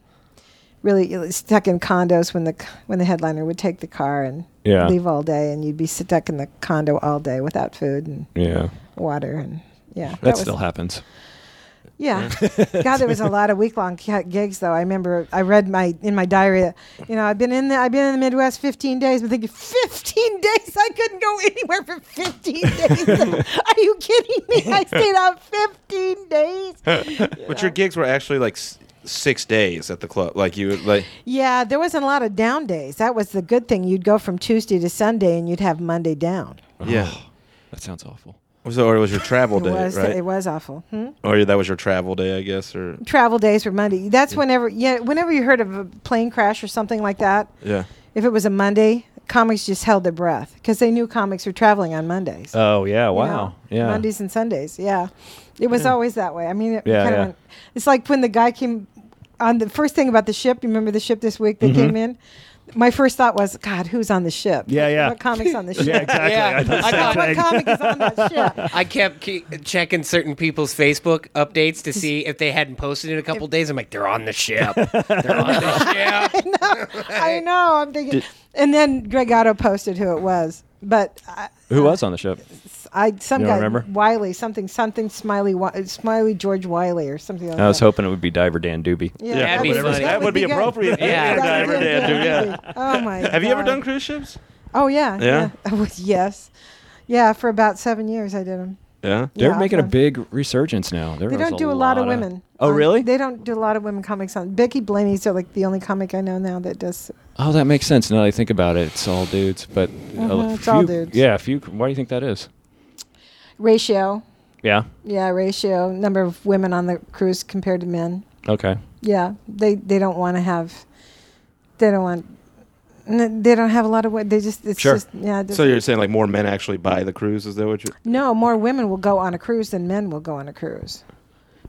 S3: really stuck in condos when the when the headliner would take the car and
S2: Yeah.
S3: leave all day, and you'd be stuck in the condo all day without food and
S2: Yeah.
S3: water and. Yeah,
S2: That still happens.
S3: yeah. (laughs) God, there was a lot of week long gigs though. I remember I read my in my diary. that, You know, I've been in the I've been in the Midwest 15 days, but thinking 15 days I couldn't go anywhere for 15 (laughs) days. Are you kidding me? I stayed out 15 days.
S5: But your gigs were actually like s- six days at the club. Like you like
S3: Yeah, there wasn't a lot of down days. That was the good thing. You'd go from Tuesday to Sunday, and you'd have Monday down.
S5: (sighs) yeah.
S2: That sounds awful.
S5: Was it- Oh. or it was your travel
S3: It
S5: day,
S3: was
S5: right?
S3: it was awful. Hmm?
S5: or that was your travel day, I guess. Or
S3: Travel days were Monday. That's whenever yeah, whenever you heard of a plane crash or something like that.
S5: yeah,
S3: if it was a Monday, comics just held their breath because they knew comics were traveling on Mondays. you
S2: Oh, yeah.
S3: know,
S2: Wow. Yeah.
S3: Mondays and Sundays. Yeah. It was always that way. I mean, it
S2: Yeah,
S3: kind
S2: yeah.
S3: of went, it's like when the guy came on the first thing about the ship. You remember the ship this week that came in? my first thought was, God, who's on the ship?
S2: Mm-hmm. Yeah,
S3: What-
S2: yeah.
S3: What comic's on the
S2: (laughs)
S3: ship?
S2: Yeah, exactly.
S1: Yeah.
S2: I thought
S1: I thought-
S2: same
S3: What
S2: thing.
S3: comic is on that
S2: (laughs)
S3: ship? (laughs)
S1: I kept ke- checking certain people's Facebook updates to see if they hadn't posted in a couple days. I'm like, they're on the ship. They're on
S2: (laughs)
S1: the
S3: (laughs)
S1: ship.
S3: I know. I'm thinking. And then Greg Otto posted who it was, but I, uh,
S2: Who was on the ship?
S3: I some
S2: You
S3: guy
S2: don't remember?
S3: Wiley something something Smiley Wi- uh, Smiley George Wiley or something like
S2: I was
S3: that.
S2: hoping it would be Diver Dan Doobie.
S3: Yeah,
S1: That'd
S3: that
S1: be
S3: would-
S1: funny.
S3: that,
S1: That
S3: would be, good.
S2: appropriate.
S1: Yeah.
S3: That would be
S2: Diver
S3: good.
S2: Dan Doobie, yeah.
S3: That would be- Oh my.
S5: Have you ever
S3: God.
S5: done cruise ships?
S3: Oh yeah.
S5: Yeah?
S3: yeah. (laughs) yes. Yeah, for about seven years I did them.
S5: Yeah.
S2: They're
S3: Yeah,
S2: making
S3: I've
S2: a big resurgence now. There
S3: They
S2: was
S3: don't do a lot of women.
S2: Oh,
S3: on-
S2: really?
S3: They don't do a lot of women comics on. Becky Blaney's are like the only comic I know now that does.
S2: Oh, that makes sense. Now that I think about it, it's all dudes. But Mm-hmm,
S3: Mhm, it's all dudes.
S2: Yeah, a few. Why do you think that is?
S3: Ratio,
S2: Yeah.
S3: yeah, ratio number of women on the cruise compared to men.
S2: Okay.
S3: Yeah, they they don't want to have. They don't want. n- They don't have a lot of. wo- They just it's
S2: Sure.
S3: just yeah. it
S5: So
S3: doesn't-
S5: you're saying like more men actually buy the cruise? Is that what you're?
S3: no more women will go on a cruise than men will go on a cruise.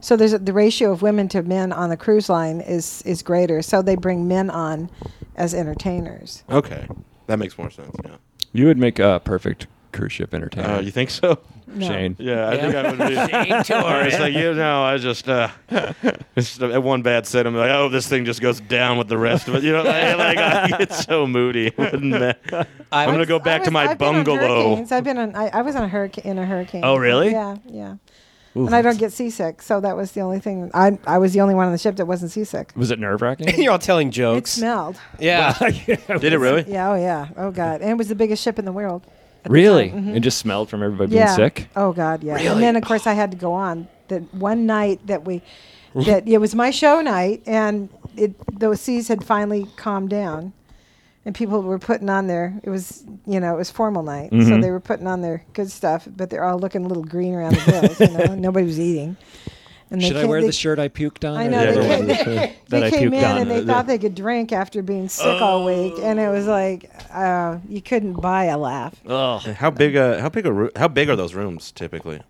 S3: So there's a, the ratio of women to men on the cruise line is is greater. So they bring men on as entertainers.
S5: Okay, that makes more sense. Yeah.
S2: You would make a perfect cruise ship entertainer.
S5: Uh, you think so?
S3: No.
S2: Shane.
S5: (laughs) Yeah, I think I would be.
S1: Shane
S5: Or
S1: Torres.
S5: (laughs) it's like you know, I just uh, (laughs) it's just, uh, one bad set. I'm like, oh, this thing just goes down with the rest of it. You know, like, (laughs) like I get so moody. (laughs) I'm gonna go back
S3: I was-
S5: to my
S3: I've been on
S5: bungalow.
S3: hurricanes. I've been on. I, I was on a hurricane in a hurricane.
S2: Oh, really?
S3: Yeah, yeah. and I don't get seasick, so that was the only thing. I I was the only one on the ship that wasn't seasick.
S2: Was it nerve
S1: (laughs)
S2: wracking? (laughs)
S1: You're all telling
S3: It
S1: jokes.
S3: smelled.
S1: Yeah. (laughs)
S5: Did it really?
S3: (laughs) Yeah. Oh yeah. Oh god. And it was the biggest ship in the world.
S2: really? It just smelled from everybody
S3: yeah.
S2: being sick.
S3: Oh god. Yeah. And then of course I had to go on that one night that we that it was my show night, and it the seas had finally calmed down. and people were putting on their it was you know it was formal night so they were putting on their good stuff but they're all looking a little green around the bills you know nobody was eating and they
S2: Should I
S3: came-
S2: wear
S3: they,
S2: the shirt I puked on?
S3: I know,
S5: they
S2: Yeah.
S5: came-
S3: (laughs) they
S2: that I
S3: came
S2: puked
S3: in
S2: on.
S3: and they thought they could drink after being sick all week and it was like uh, you couldn't buy a laugh
S5: How big? Uh, how big? Are, roo- how big are those rooms typically?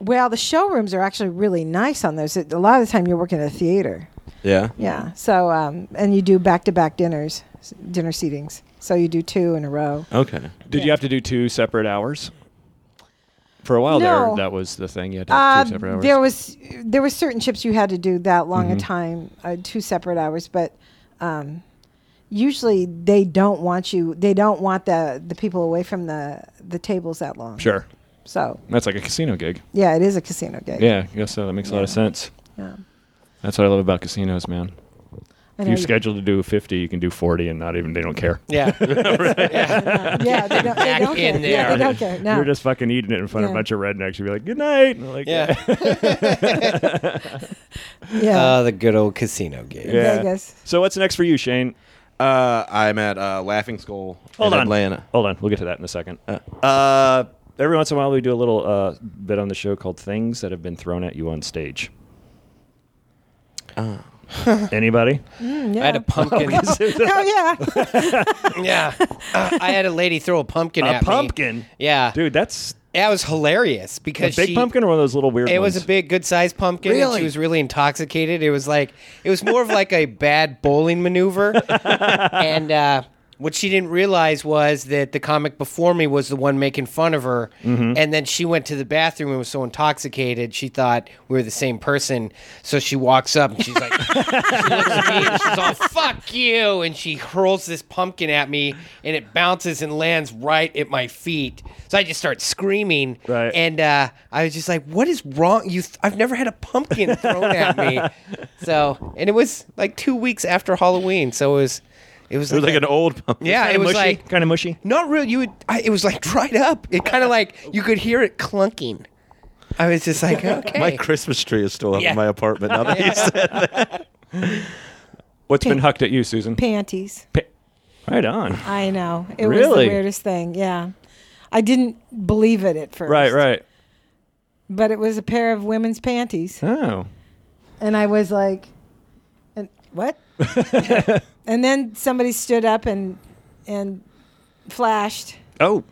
S3: well the showrooms are actually really nice on those It- a lot of the time you're working at a theater
S5: Yeah.
S3: yeah so um, and you do back-to-back dinners s- dinner seatings so you do two in a row
S5: Okay.
S2: Did you have to do two separate hours? For a while
S3: No. Uh,
S2: there, that was the thing. You had to have two separate hours.
S3: There was there were certain ships you had to do that long
S2: Mm-hmm.
S3: a time, uh, two separate hours, but um, usually they don't want you. They don't want the the people away from the the tables that long.
S2: sure.
S3: So
S2: That's like a casino gig.
S3: yeah, it is a casino gig.
S2: (laughs) Yeah, I guess so. That makes a lot of sense.
S3: Yeah.
S2: That's what I love about casinos, man.
S3: I
S2: If
S3: know
S2: you're
S3: you-
S2: scheduled to do 50, you can do 40 and not even, they don't care.
S1: Yeah.
S3: yeah, they don't, they
S1: back
S3: don't
S1: in
S3: care. Yeah,
S1: there.
S3: they don't care. No.
S2: You're just fucking eating it in front of
S3: Yeah.
S2: a bunch of rednecks. You'd be like, good night. And they're like,
S1: Yeah.
S3: yeah.
S1: Uh, the good old casino game.
S2: Yeah.
S3: Vegas.
S2: So what's next for you, Shane?
S5: Uh, I'm at uh, Laughing Skull
S2: Hold
S5: in
S2: on.
S5: Atlanta.
S2: Hold on. We'll get to that in a second. Uh, every once in a while, we do a little uh, bit on the show called Things That Have Been Thrown at You on Stage. Anybody?
S1: I had a (laughs) pumpkin.
S2: (laughs)
S3: oh yeah. (laughs)
S1: yeah. Uh, I had a lady throw a
S2: a
S1: pumpkin at me.
S2: pumpkin?
S1: Yeah.
S2: Dude, that's
S1: That was hilarious
S2: a
S1: because
S2: big
S1: she-
S2: pumpkin or one of those little weird
S1: It
S2: ones?
S1: was a big, good-sized pumpkin. And
S2: Really?
S1: she was really intoxicated. It was like it was more of like a bad bowling
S2: (laughs)
S1: maneuver. and uh, what she didn't realize was that the comic before me was the one making fun of her.
S2: Mm-hmm.
S1: And then she went to the bathroom and was so intoxicated she thought we were the same person. So she walks up and she's like, (laughs) she looks at me and she's all "fuck you," and she hurls this pumpkin at me, and it bounces and lands right at my feet. So I just start screaming.
S2: Right.
S1: And uh, I was just like, "What is wrong? You? Th- I've never had a pumpkin thrown at me." So, and it was like two weeks after Halloween, so it was, it was,
S5: It was like an old pumpkin.
S1: yeah, it was like
S2: kind of mushy.
S1: not real. You would, I, it was like dried up. It kind of like you could hear it clunking. I was just like, okay,
S5: My Christmas tree is still up
S1: Yeah.
S5: in my apartment. Now that you said
S2: What's been hucked at you, Susan?
S3: Panties.
S2: Right on.
S3: I know. It was
S2: Really?
S3: the weirdest thing. Yeah. I didn't believe it at first.
S2: Right, right.
S3: But it was a pair of women's panties.
S2: Oh. (laughs)
S3: and I was like, and, "What?" and then somebody stood up and and flashed.
S2: Oh.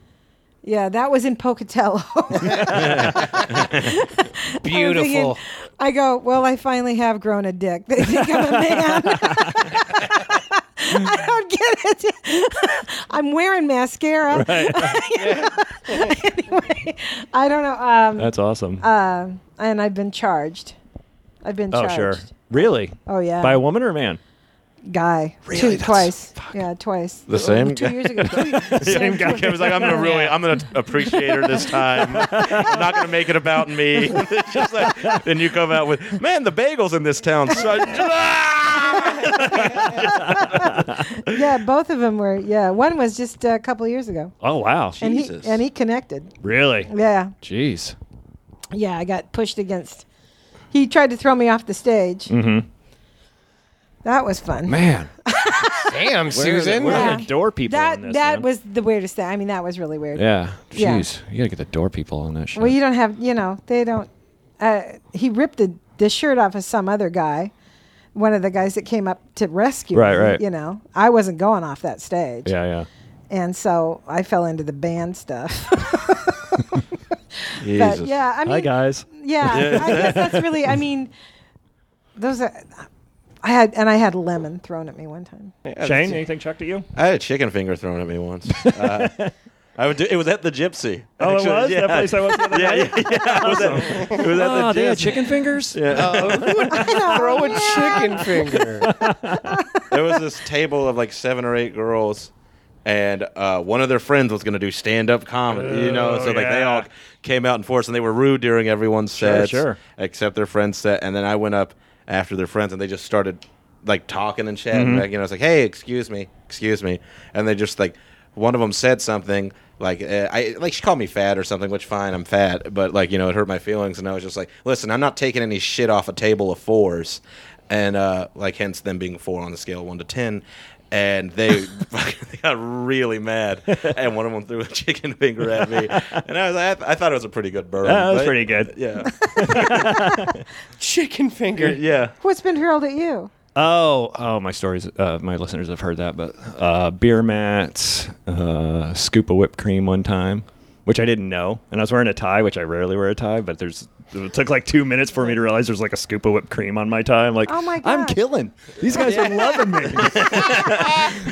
S3: Yeah, that was in Pocatello. (laughs)
S1: beautiful.
S3: (laughs) I go, "Well, I finally have grown a dick. They think I'm a man." (laughs) I don't get it. (laughs) I'm wearing mascara. (laughs) anyway, I don't know. Um,
S2: That's awesome.
S3: uh, and I've been charged. I've been
S2: oh,
S3: charged.
S2: sure. Really?
S3: Oh, yeah.
S2: By a woman or a man?
S3: Guy. Really? Two, twice. Yeah, twice.
S5: The same
S3: Two
S5: guy? (laughs)
S3: years
S7: (laughs)
S3: ago.
S7: Same guy was like, I'm gonna really, I'm gonna appreciate her this
S3: (laughs)
S7: time. I'm not gonna make it about me. (laughs) It's just like, then you come out with, man, the bagels in this town. suck."
S3: (laughs)
S2: (laughs)
S3: Yeah, both of them were. Yeah, one was just a couple of years ago,
S2: Oh, wow.
S3: and
S5: Jesus.
S3: he and he connected.
S2: Really?
S3: Yeah,
S2: Jeez.
S3: yeah. I got pushed against. He tried to throw me off the stage. Mm-hmm. That was fun.
S2: Man.
S1: Damn, Susan.
S2: We're (laughs)
S3: Yeah.
S2: gonna door people
S3: that
S2: on this.
S3: that
S2: man.
S3: was the weirdest thing. I mean, that was really weird.
S2: Yeah.
S3: Yeah.
S2: Jeez. You gotta get the door people on that shit.
S3: Well, you don't have, you know, they don't. Uh, he ripped the, the shirt off of some other guy, one of the guys that came up to rescue
S2: Right,
S3: me.
S2: right.
S3: You know, I wasn't going off that stage.
S2: yeah,
S3: And so I fell into the band stuff. (laughs)
S2: yeah.
S3: but
S2: Jesus.
S3: yeah, I mean,
S2: Hi guys.
S3: yeah, I guess that's really, I mean, those are. I had and I had lemon thrown at me one time.
S2: Shane, anything chucked at you?
S5: I had a chicken finger thrown at me once. Uh, I would do, it was at the Gypsy.
S2: Oh, it
S5: actually.
S2: was?
S5: Yeah.
S2: That place I went Oh, the other
S5: (laughs) Yeah,
S2: day? (laughs)
S5: yeah, yeah. It was at- it was at the Gypsy.
S2: fingers?
S5: Yeah.
S1: (laughs) Throw a chicken finger.
S5: there was this table of like seven or eight girls, and uh, one of their friends was going to do stand up comedy, you know. So like they
S2: Oh, yeah.
S5: all came out in force, and they were rude during everyone's set,
S2: sure.
S5: except their friend's set. And then I went up after their friends, and they just started like talking and chatting.
S2: Mm-hmm.
S5: Back, you know, it's like, hey, excuse me, excuse me, and they just like one of them said something. Like uh, I like she called me fat or something, which fine, I'm fat, but like you know it hurt my feelings, and I was just like, listen, I'm not taking any shit off a table of fours, and uh, like hence them being four on the scale of one to ten.
S2: (laughs)
S5: And they, fucking- they got really mad, and one of them threw a (laughs) chicken finger at me, and I was I, I thought it was a pretty good burn.
S2: That was
S5: but-
S2: pretty good.
S5: Yeah,
S1: chicken finger.
S5: yeah.
S3: What's been hurled at you?
S2: Oh, oh, my stories. Uh, my listeners have heard that, but uh, beer mats, uh, scoop of whipped cream one time, which I didn't know, and I was wearing a tie, which I rarely wear a tie, but there's. It took like two minutes for me to realize there's like a scoop of whipped cream on my tie. I'm like,
S3: Oh my
S2: I'm
S3: gosh.
S2: killing. These guys are loving me. (laughs)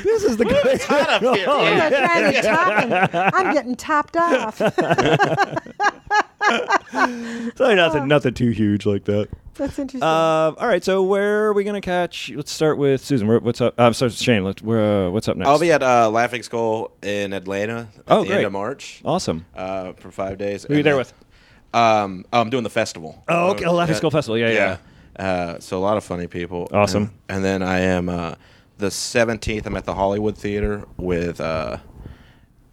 S2: this is the greatest. (laughs) Oh,
S3: They're trying to top me. I'm getting topped off.
S2: Sorry, nothing, nothing too huge like that.
S3: That's interesting.
S2: Uh, all right, so where are we gonna catch? Let's start with Susan. Where- What's up? Uh, so Shane, let's, where, uh, what's up next?
S5: I'll be at uh, Laughing Skull in Atlanta at
S2: Oh,
S5: the
S2: great.
S5: end of March
S2: awesome.
S5: uh, for five days.
S2: Who are you
S5: And
S2: there
S5: then-
S2: with?
S5: Um, oh, I'm doing the festival.
S2: Oh, okay. Oh, Laughing Skull Festival. Yeah, yeah. yeah.
S5: Uh, so a lot of funny people.
S2: Awesome.
S5: And, and then I am uh, the 17th. I'm at the Hollywood Theater with uh,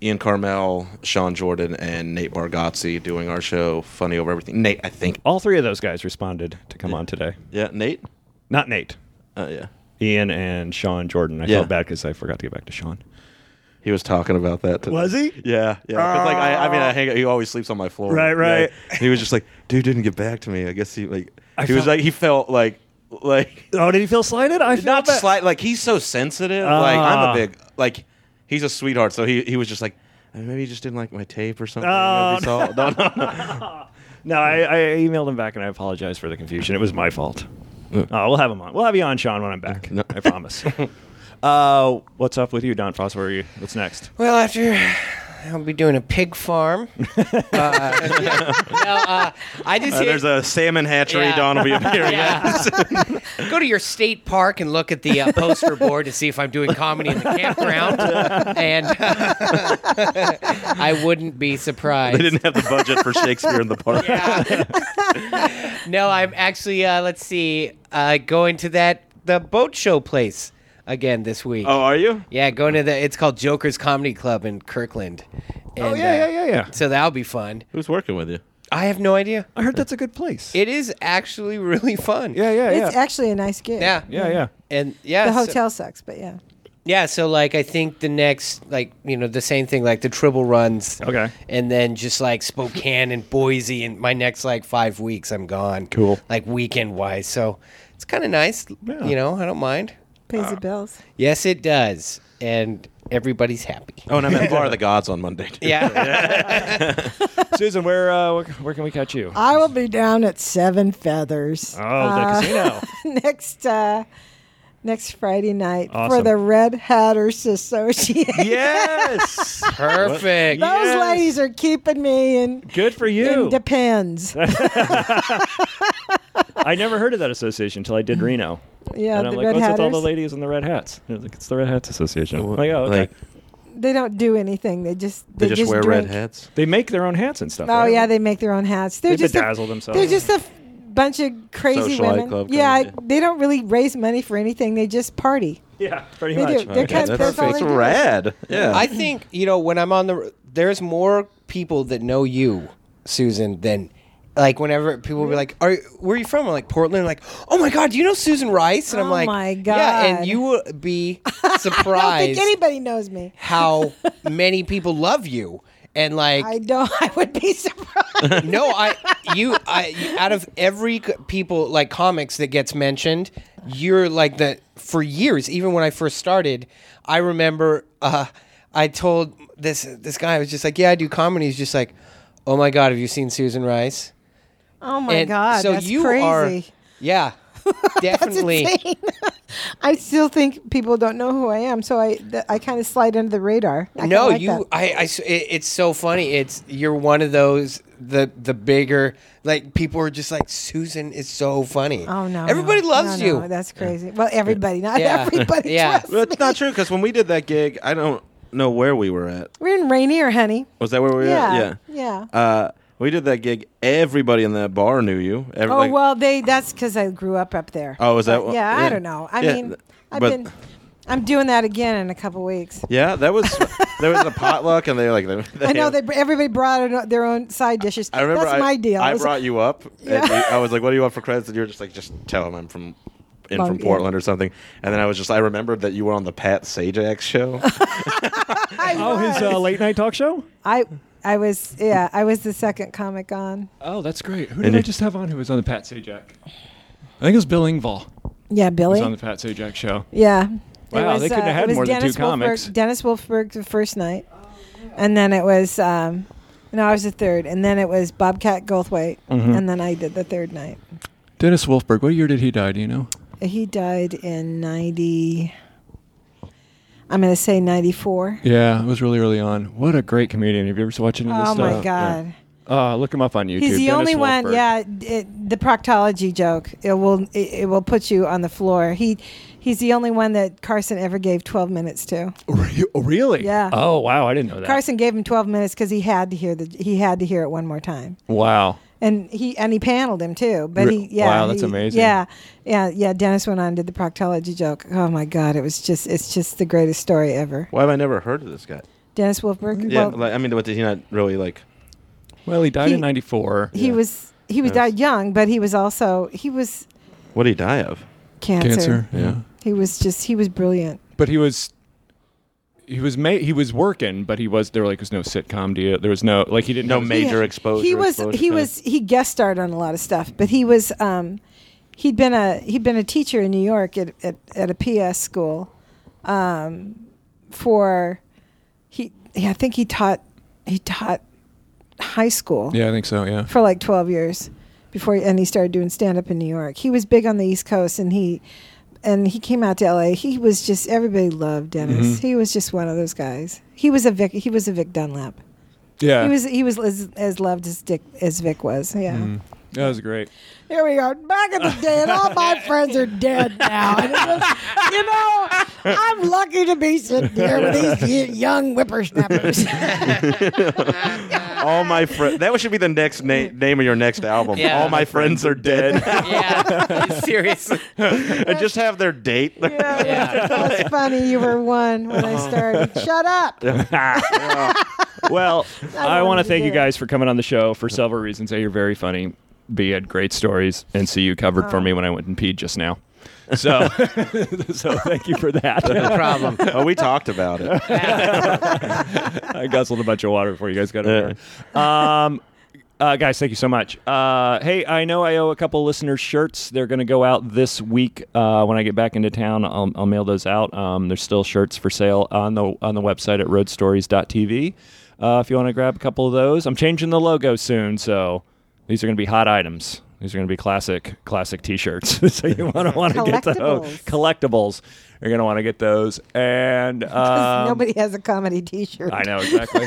S5: Ian Carmel, Sean Jordan, and Nate Bargatze doing our show Funny Over Everything. Nate, I think.
S2: All three of those guys responded to come on today.
S5: Yeah, Nate.
S2: Not Nate,
S5: Uh, yeah.
S2: Ian, and Sean Jordan. I
S5: Yeah.
S2: felt bad because I forgot to get back to Sean.
S5: He was talking about that. Today.
S2: he?
S5: Yeah, yeah. 'Cause, like I, I mean, I hang. He always sleeps on my floor.
S2: Right, right.
S5: Yeah. He was just like, dude didn't get back to me. I guess he like.
S2: I
S5: he was
S2: felt-
S5: like he felt like like
S2: Oh, did he feel slighted? (laughs) I
S5: not
S2: felt bad.
S5: slight. Like he's so sensitive. like I'm
S2: Ah.
S5: a big like he's a sweetheart. So he he was just like. "Uh, Maybe he just didn't like my tape or something.
S2: Oh,
S5: Maybe it's all- (laughs) no, no,
S2: (laughs)
S5: no.
S2: No, I, I emailed him back and I apologize for the confusion. It was my fault. Oh, we'll have him on. We'll have you on, Sean, when I'm back. I
S5: (laughs)
S2: promise. uh, what's up with you, Don Foss? Where are you? What's next?
S1: Well, after I'll be doing a pig farm. uh, (laughs) no, uh, I just
S7: Uh,
S1: hit-
S7: there's a salmon hatchery.
S1: Yeah.
S7: Don will be
S2: (laughs)
S7: appearing.
S5: (laughs)
S1: Go to your state park and look at the uh, poster board to see if I'm doing comedy in the
S2: (laughs)
S1: campground. and I wouldn't be surprised.
S7: They didn't have the budget for Shakespeare in the Park.
S1: no, I'm actually, uh, let's see, uh, going to that, the boat show place again this week.
S7: Oh, are you?
S1: Yeah, going to the, it's called Joker's Comedy Club in Kirkland. And, uh,
S2: Oh, yeah.
S1: So that'll be fun.
S5: Who's working with you?
S1: I have no idea.
S2: I heard that's a good place.
S1: It is actually really fun.
S2: yeah, yeah, yeah.
S3: it's actually a nice gig.
S1: Yeah.
S2: yeah, yeah.
S5: (laughs)
S1: And yeah.
S3: The
S1: so-
S3: hotel sucks, but yeah.
S1: yeah. So like, I think the next, like, you know, the same thing, like the triple runs.
S2: Okay.
S1: And then just like Spokane and Boise, and my next like five weeks, I'm gone.
S2: Cool.
S1: Like weekend wise, so it's kind of nice.
S2: Yeah.
S1: You know, I don't mind.
S3: Pays the bills.
S1: Yes, it does, and everybody's happy.
S5: Oh, and
S2: (laughs)
S5: I'm at Bar of the Gods on Monday. too.
S1: Yeah.
S2: Susan, where, uh, where where can we catch
S5: (laughs)
S2: you?
S3: I will be down at Seven Feathers (laughs)
S2: Oh, the casino.
S3: next uh, next Friday night for
S2: Awesome.
S3: the Red Hatters
S2: (laughs)
S3: Association.
S2: Yes.
S1: Perfect.
S3: Those
S2: Yes.
S3: ladies are keeping me in,
S2: Good for
S3: in
S2: you. (laughs)
S3: depends.
S2: I never heard of that association until I did Reno.
S3: Yeah,
S2: and I'm
S3: the
S2: like,
S3: Red
S2: what's with all
S3: Hatters.
S2: the ladies in the red hats? And they're like, it's the Red Hats Association. I'm like, oh, okay.
S5: Like,
S3: they don't do anything. They just
S5: they, just, wear
S3: drink.
S5: red hats.
S2: they make their own hats and stuff.
S3: Oh
S2: right?
S3: yeah, they make their own hats. They're
S2: They
S3: just
S2: bedazzle
S3: a,
S2: themselves.
S3: They're just a f- bunch of crazy
S5: Socialite
S3: women.
S5: club
S3: yeah,
S5: kind of
S3: I-
S5: thing.
S3: they don't really raise money for anything. They just party.
S2: (laughs) yeah, pretty
S3: They
S2: much.
S3: do. They're kind of,
S5: that's
S3: that's all
S5: perfect.
S3: they do.
S5: rad. Yeah.
S3: (laughs)
S1: I think you know when I'm on the. There's more people that know you, Susan, than like whenever people will be like, "Are where are you from?" I'm like Portland. Like, oh my god, do you know Susan Rice? And I'm
S3: Oh
S1: like,
S3: my
S1: yeah. And
S3: God.
S1: you will be
S3: (laughs) I don't
S1: surprised
S3: think anybody knows me.
S1: how many people love you. And like,
S3: I don't. (laughs) I would be surprised.
S1: no, I you I out of every c- people like comics that gets mentioned, you're like the for years. Even when I first started, I remember uh, I told this this guy I was just like, yeah, I do comedy. He's just like, oh my god, have you seen Susan Rice?
S3: Oh my god, that's crazy. (laughs)
S1: yeah, definitely.
S3: insane. (laughs) I still think people don't know who I am, so I th- I kind of slide under the radar. I kinda
S1: no,
S3: like
S1: you.
S3: that.
S1: I. I s- it- it's so funny. It's you're one of those the the bigger like people are just like Susan is so funny.
S3: Oh no!
S1: everybody
S3: no,
S1: loves
S3: no,
S1: you.
S3: no, that's crazy. Well, everybody, not
S1: Yeah.
S3: (laughs) everybody.
S1: Yeah.
S3: Trust
S5: Well,
S3: me.
S5: it's not true because when we did that gig, I don't know where we were at.
S3: We're in Rainier, honey.
S5: Was that where we were?
S3: Yeah,
S5: at?
S3: yeah.
S5: Yeah. Uh, we did that gig. Everybody in that bar knew you. Every,
S3: Oh
S5: like-
S3: well, they that's because I grew up up there.
S5: Oh, is that?
S3: But, yeah, I
S5: yeah.
S3: don't know. I
S5: Yeah,
S3: mean,
S5: th-
S3: I've
S5: but-
S3: been. I'm doing that again in a couple weeks.
S5: Yeah, that was there was a potluck, and they were like
S3: (laughs)
S5: they,
S3: I know they everybody brought in their own side dishes.
S5: I remember
S3: that's
S5: I,
S3: my deal.
S5: I
S3: was-
S5: brought
S3: (laughs)
S5: you up.
S3: Yeah.
S5: And you- I was like, "What do you want for credits?" And you were just like, "Just tell him I'm from." In
S3: Long-
S5: from
S3: yeah.
S5: Portland or something, and then I was just—I remembered that you were on the Pat
S3: (laughs)
S5: Sajak show.
S3: I
S2: oh, his
S3: was.
S2: uh, late night talk show?
S3: I I was yeah. I was the second comic on.
S2: Oh, that's great. Who did I just have on who was on the Pat Sajak? I think it was Bill Engvall
S3: Yeah, Billy.
S2: was on the Pat Sajak show.
S3: yeah.
S2: Wow, they couldn't have had
S3: it was
S2: more than two
S3: Dennis
S2: comics.
S3: Wolfberg, Dennis Wolfberg the first night, and then it was um, no, I was the third, and then it was Bobcat Goldthwait,
S5: Mm-hmm.
S3: and then I did the third night.
S2: Dennis Wolfberg, what year did he die, do you know?
S3: He died in 90. I'm going to say 94.
S2: Yeah, it was really early on. What a great comedian. Have you ever watched any of this
S3: Oh
S2: stuff?
S3: my God.
S2: Uh, look him up on YouTube.
S3: He's the
S2: Dennis
S3: only one.
S2: Wolfberg.
S3: Yeah. It, the proctology joke. It will, it, it will put you on the floor. He, he's the only one that Carson ever gave 12 minutes to.
S2: Oh, Re- really?
S3: Yeah.
S2: Oh, (laughs) wow. I didn't know that.
S3: (laughs) Carson gave him 12 minutes because he had to hear the, he had to hear it one more time.
S2: Wow.
S3: And he, and he paneled him too, but he,
S2: Re-
S3: yeah.
S2: wow, that's
S3: he-
S2: amazing.
S3: Yeah. Yeah. Yeah. Dennis went on and did the proctology joke. Oh my God. It was just, it's just the greatest story ever.
S5: Why have I never heard of this guy?
S3: Dennis Wolfberg.
S5: Yeah,
S3: well,
S5: like, I mean, what did he not really like?
S2: Well, he died
S3: He-
S2: in 94.
S3: he was he was died young, but he was also he was
S5: What did he die of?
S3: cancer.
S2: Yeah.
S3: He was just he was brilliant.
S2: But he was. He was ma- he was working, but he was there like was no sitcom deal. There was no like he didn't
S5: No
S2: have-
S5: major
S3: Yeah.
S5: exposure.
S3: He was
S5: exposure
S3: he
S5: kinda?
S3: was he guest starred on a lot of stuff, but he was um he'd been a he'd been a teacher in New York at at, at a PS school um for he yeah, I think he taught he taught high school.
S2: Yeah, I think so. Yeah.
S3: for like 12 years before and he started doing stand up in New York. He was big on the East Coast and he and he came out to LA. He was just everybody loved Dennis. He was just one of those guys. He was a Vic he was a Vic Dunlap.
S2: Yeah.
S3: He was he was as, as loved as Dick as Vic was. Yeah.
S2: that was great.
S3: Here we are. Back in the day and all my friends are dead now. And it was- you know, I'm lucky to be sitting here with these y- young whippersnappers.
S5: (laughs) all my friends. That should be the next na- name of your next album.
S1: Yeah.
S5: All my friends are dead,
S1: Yeah, seriously.
S5: (laughs) and just have their date. (laughs)
S3: Yeah, yeah. That's funny. You were one when I started. Shut up.
S2: well, I
S3: wanted
S2: want to
S3: to
S2: thank
S3: do
S2: you
S3: it.
S2: guys for coming on the show for several reasons. A, you're very funny. B, you had great stories. And C, you covered
S3: Oh.
S2: for me when I went and peed just now. So, (laughs) so thank you for
S5: (laughs)
S2: that.
S1: No problem.
S5: oh, we talked about it. (laughs)
S2: I guzzled a bunch of water before you guys got over. Um, uh, guys, thank you so much. Uh, hey, I know I owe a couple listeners shirts. They're going to go out this week. Uh, when I get back into town, I'll, I'll mail those out. Um, there's still shirts for sale on the on the website at roadstories.tv. Uh, if you want to grab a couple of those, I'm changing the logo soon, so these are going to be hot items. These are going to be classic, classic T-shirts. (laughs) so you want to want to get those
S3: Collectibles.
S2: collectibles. You're going to want to get those.
S3: (laughs)
S2: And um,
S3: Nobody has a comedy T-shirt.
S2: I know exactly.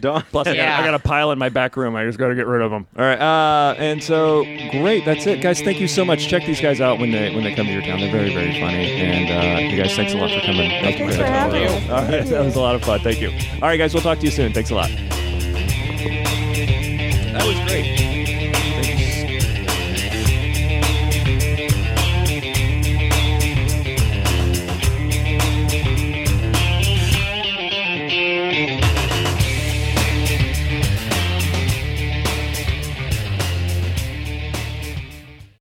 S2: Don't. Plus, I,
S1: Yeah.
S2: got, I got a pile in my back room. I just got to get rid of them. All right. Uh, and so, great. That's it, guys. Thank you so much. Check these guys out when they when they come to your town. They're very very funny. And uh, you guys, thanks a lot for coming.
S3: Thanks for having us.
S2: All right. That was a lot of fun. Thank you. All right, guys. We'll talk to you soon. Thanks a lot. That was great.